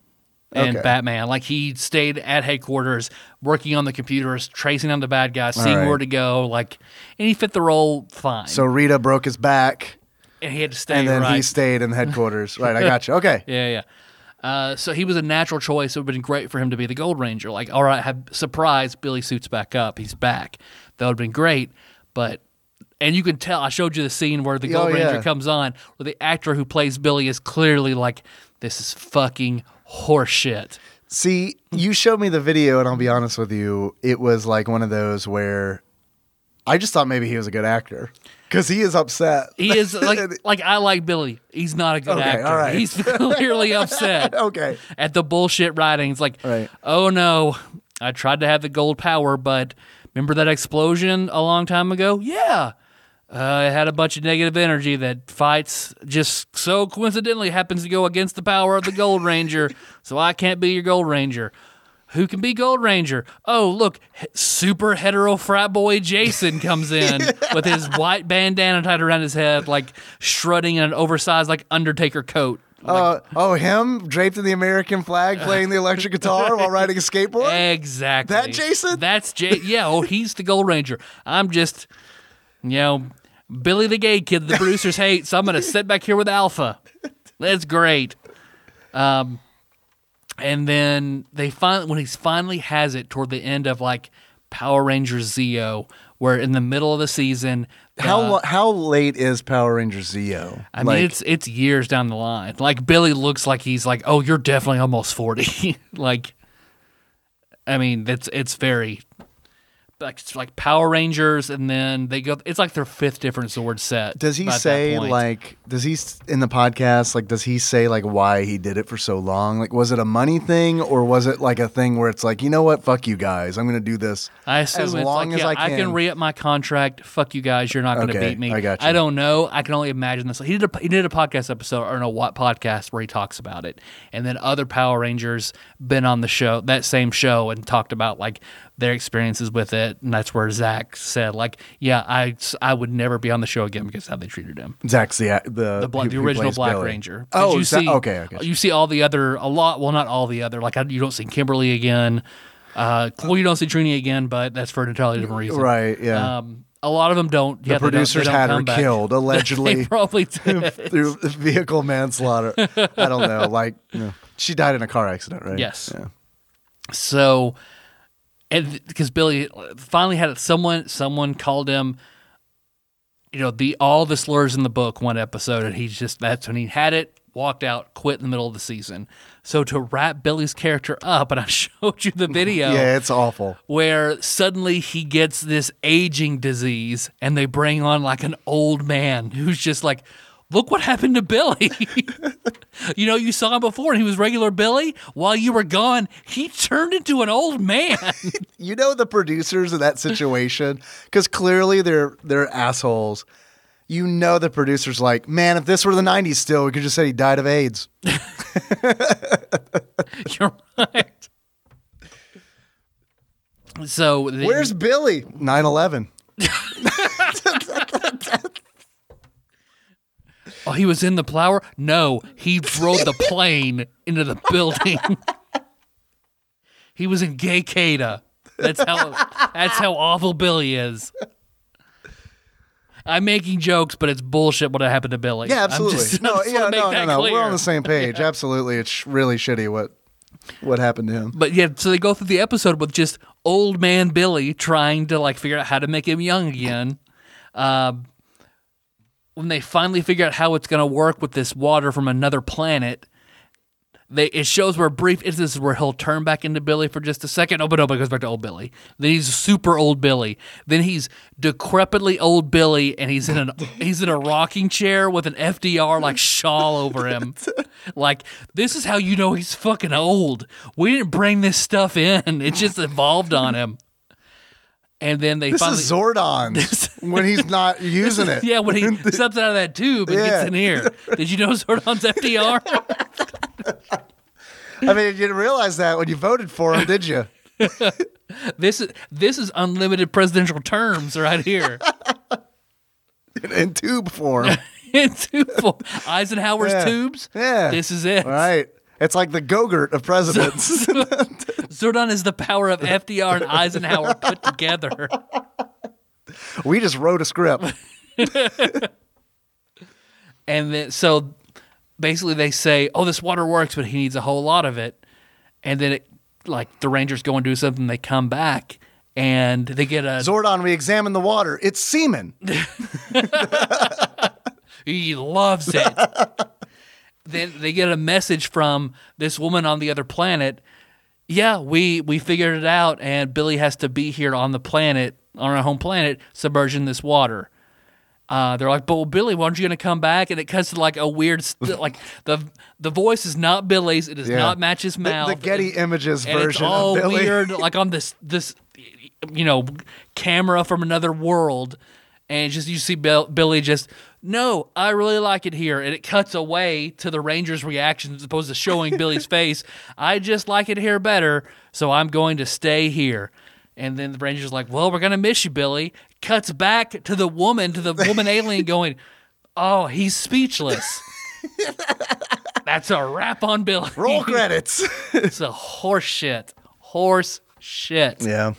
and
Okay.
Batman. Like he stayed at headquarters, working on the computers, tracing down the bad guys, seeing
right.
where to go. Like, and he fit the role fine.
So Rita broke his back,
and he had to stay
and then
right.
he stayed in headquarters. right, I got you. Okay,
Yeah, yeah. Uh, so he was a natural choice. It would have been great for him to be the Gold Ranger. Like, all right, have, surprise, Billy suits back up. He's back. That would have been great. But, and you can tell, I showed you the scene where the Gold
Oh, yeah.
Ranger comes on, where the actor who plays Billy is clearly like, this is fucking horseshit.
See, you showed me the video, and I'll be honest with you, it was like one of those where I just thought maybe he was a good actor because he is upset.
He is like, like I like Billy. He's not a good
Okay,
actor.
all right.
He's clearly upset.
okay.
at the bullshit writings. Like,
Right.
oh no, I tried to have the gold power, but remember that explosion a long time ago? Yeah. Uh, it had a bunch of negative energy that fights just so coincidentally happens to go against the power of the Gold Ranger. so I can't be your Gold Ranger. Who can be Gold Ranger? Oh, look, he- super hetero frat boy Jason comes in with his white bandana tied around his head, like shredding in an oversized, like Undertaker coat.
Uh, oh, him draped in the American flag, playing the electric guitar while riding a skateboard.
Exactly.
That Jason?
That's Jay. Yeah. Oh, he's the Gold Ranger. I'm just, you know, Billy the gay kid the producers hate. So I'm gonna sit back here with Alpha. That's great. Um, and then they find when he finally has it toward the end of like Power Rangers Zeo, where in the middle of the season,
how lo- how late is Power Ranger Zeo?
uh, I mean, it's it's years down the line. Like Billy looks like he's like, oh, you're definitely almost forty. like, I mean, that's it's very like it's like Power Rangers, and then they go. It's like their fifth different sword set.
does he
by that
say
point.
like does he s- in the podcast like does he say like why he did it for so long? Like was it a money thing or was it like a thing where it's like you know what fuck you guys I'm gonna do this
I assume
as
it's
long
like,
as
yeah,
I
I can re up my contract. Fuck you guys, you're not going to
Okay,
beat me.
I got you.
I don't know. I can only imagine this. He did a, he did a podcast episode or no what podcast where he talks about it, and then other Power Rangers been on the show that same show and talked about like their experiences with it bit, and that's where Zach said, like, yeah, I, I would never be on the show again because of how they treated him.
Zach's the uh, the,
The, black,
who-
the
who
original
plays
Black
Billy.
Ranger. 'Cause
Oh,
you
Zach-
see, uh,
okay, okay.
You see all the other a lot. Well, not all the other. Like I, you don't see Kimberly again. Uh, well, you don't see Trini again, but that's for an entirely different reason.
Right, yeah.
Um, a lot of them don't.
the
yeah, they don't- they
producers
don't
had
come
her
back.
killed
They
allegedly
probably did.
through vehicle manslaughter. I don't know. Like you know, she died in a car accident, right?
Yes.
Yeah.
So, and because Billy finally had it, someone someone called him, you know, the all the slurs in the book one episode, and he's just that's when he had it, walked out, quit in the middle of the season. So to wrap Billy's character up, and I showed you the video.
Yeah, it's awful.
Where suddenly he gets this aging disease, and they bring on like an old man who's just like, Look what happened to Billy. You know, you saw him before and he was regular Billy. While you were gone, he turned into an old man.
you know the producers of that situation because clearly they're they're assholes. You know the producers like, man, if this were the '90s still, we could just say he died of AIDS.
You're right. So the-
Where's Billy? 9/11.
oh, he was in the flower? No, he rode the plane into the building. he was in Gay Cada. That's how that's how awful Billy is. I'm making jokes, but it's bullshit what happened to Billy. I'm
Yeah, absolutely.
just- I
no,
just
yeah,
wanna make
no,
that
no, no. We're
clear.
on the same page. Absolutely, it's sh- really shitty what what happened to him.
But yeah, so they go through the episode with just old man Billy trying to like figure out how to make him young again. Um, when they finally figure out how it's going to work with this water from another planet, they it shows where brief instances where he'll turn back into Billy for just a second. Oh, but no, but it goes back to old Billy. Then he's super old Billy. Then he's decrepitly old Billy, and he's in an he's in a rocking chair with an FDR like shawl over him. like this is how you know he's fucking old. We didn't bring this stuff in; it just evolved on him. And then they
This
finally
is Zordon when he's not using it.
yeah, when he steps out of that tube and
Yeah.
gets in here. Did you know Zordon's FDR?
I mean, you didn't realize that when you voted for him, did you?
This is this is unlimited presidential terms right here.
In, in tube form,
In tube form. Eisenhower's
Yeah.
tubes.
Yeah.
This is it.
right? It's like the Gogurt of presidents.
Zordon is the power of FDR and Eisenhower put together.
we just wrote a script.
And then so basically they say, "Oh, this water works, but he needs a whole lot of it." And then it like the Rangers go and do something, they come back and they get a
Zordon, we examine the water. It's semen.
He loves it. then they get a message from this woman on the other planet. Yeah, we we figured it out, and Billy has to be here on the planet, on our home planet, submerging this water. Uh, they're like, but well, Billy, why aren't you going to come back? And it cuts to like a weird, st- like the the voice is not Billy's. It does
Yeah.
not match his
The-
mouth.
The, Getty
And-
Images
and
version
It's all
of Billy.
weird, like on this this you know camera from another world, and just you see Bill, Billy just no, I really like it here, and it cuts away to the Rangers' reaction as opposed to showing Billy's face. I just like it here better, so I'm going to stay here. And then the Rangers like, well, we're gonna miss you, Billy. Cuts back to the woman, to the woman alien going, oh, he's speechless. That's a wrap on Billy.
Roll credits.
It's a horse shit. Horse shit.
yeah.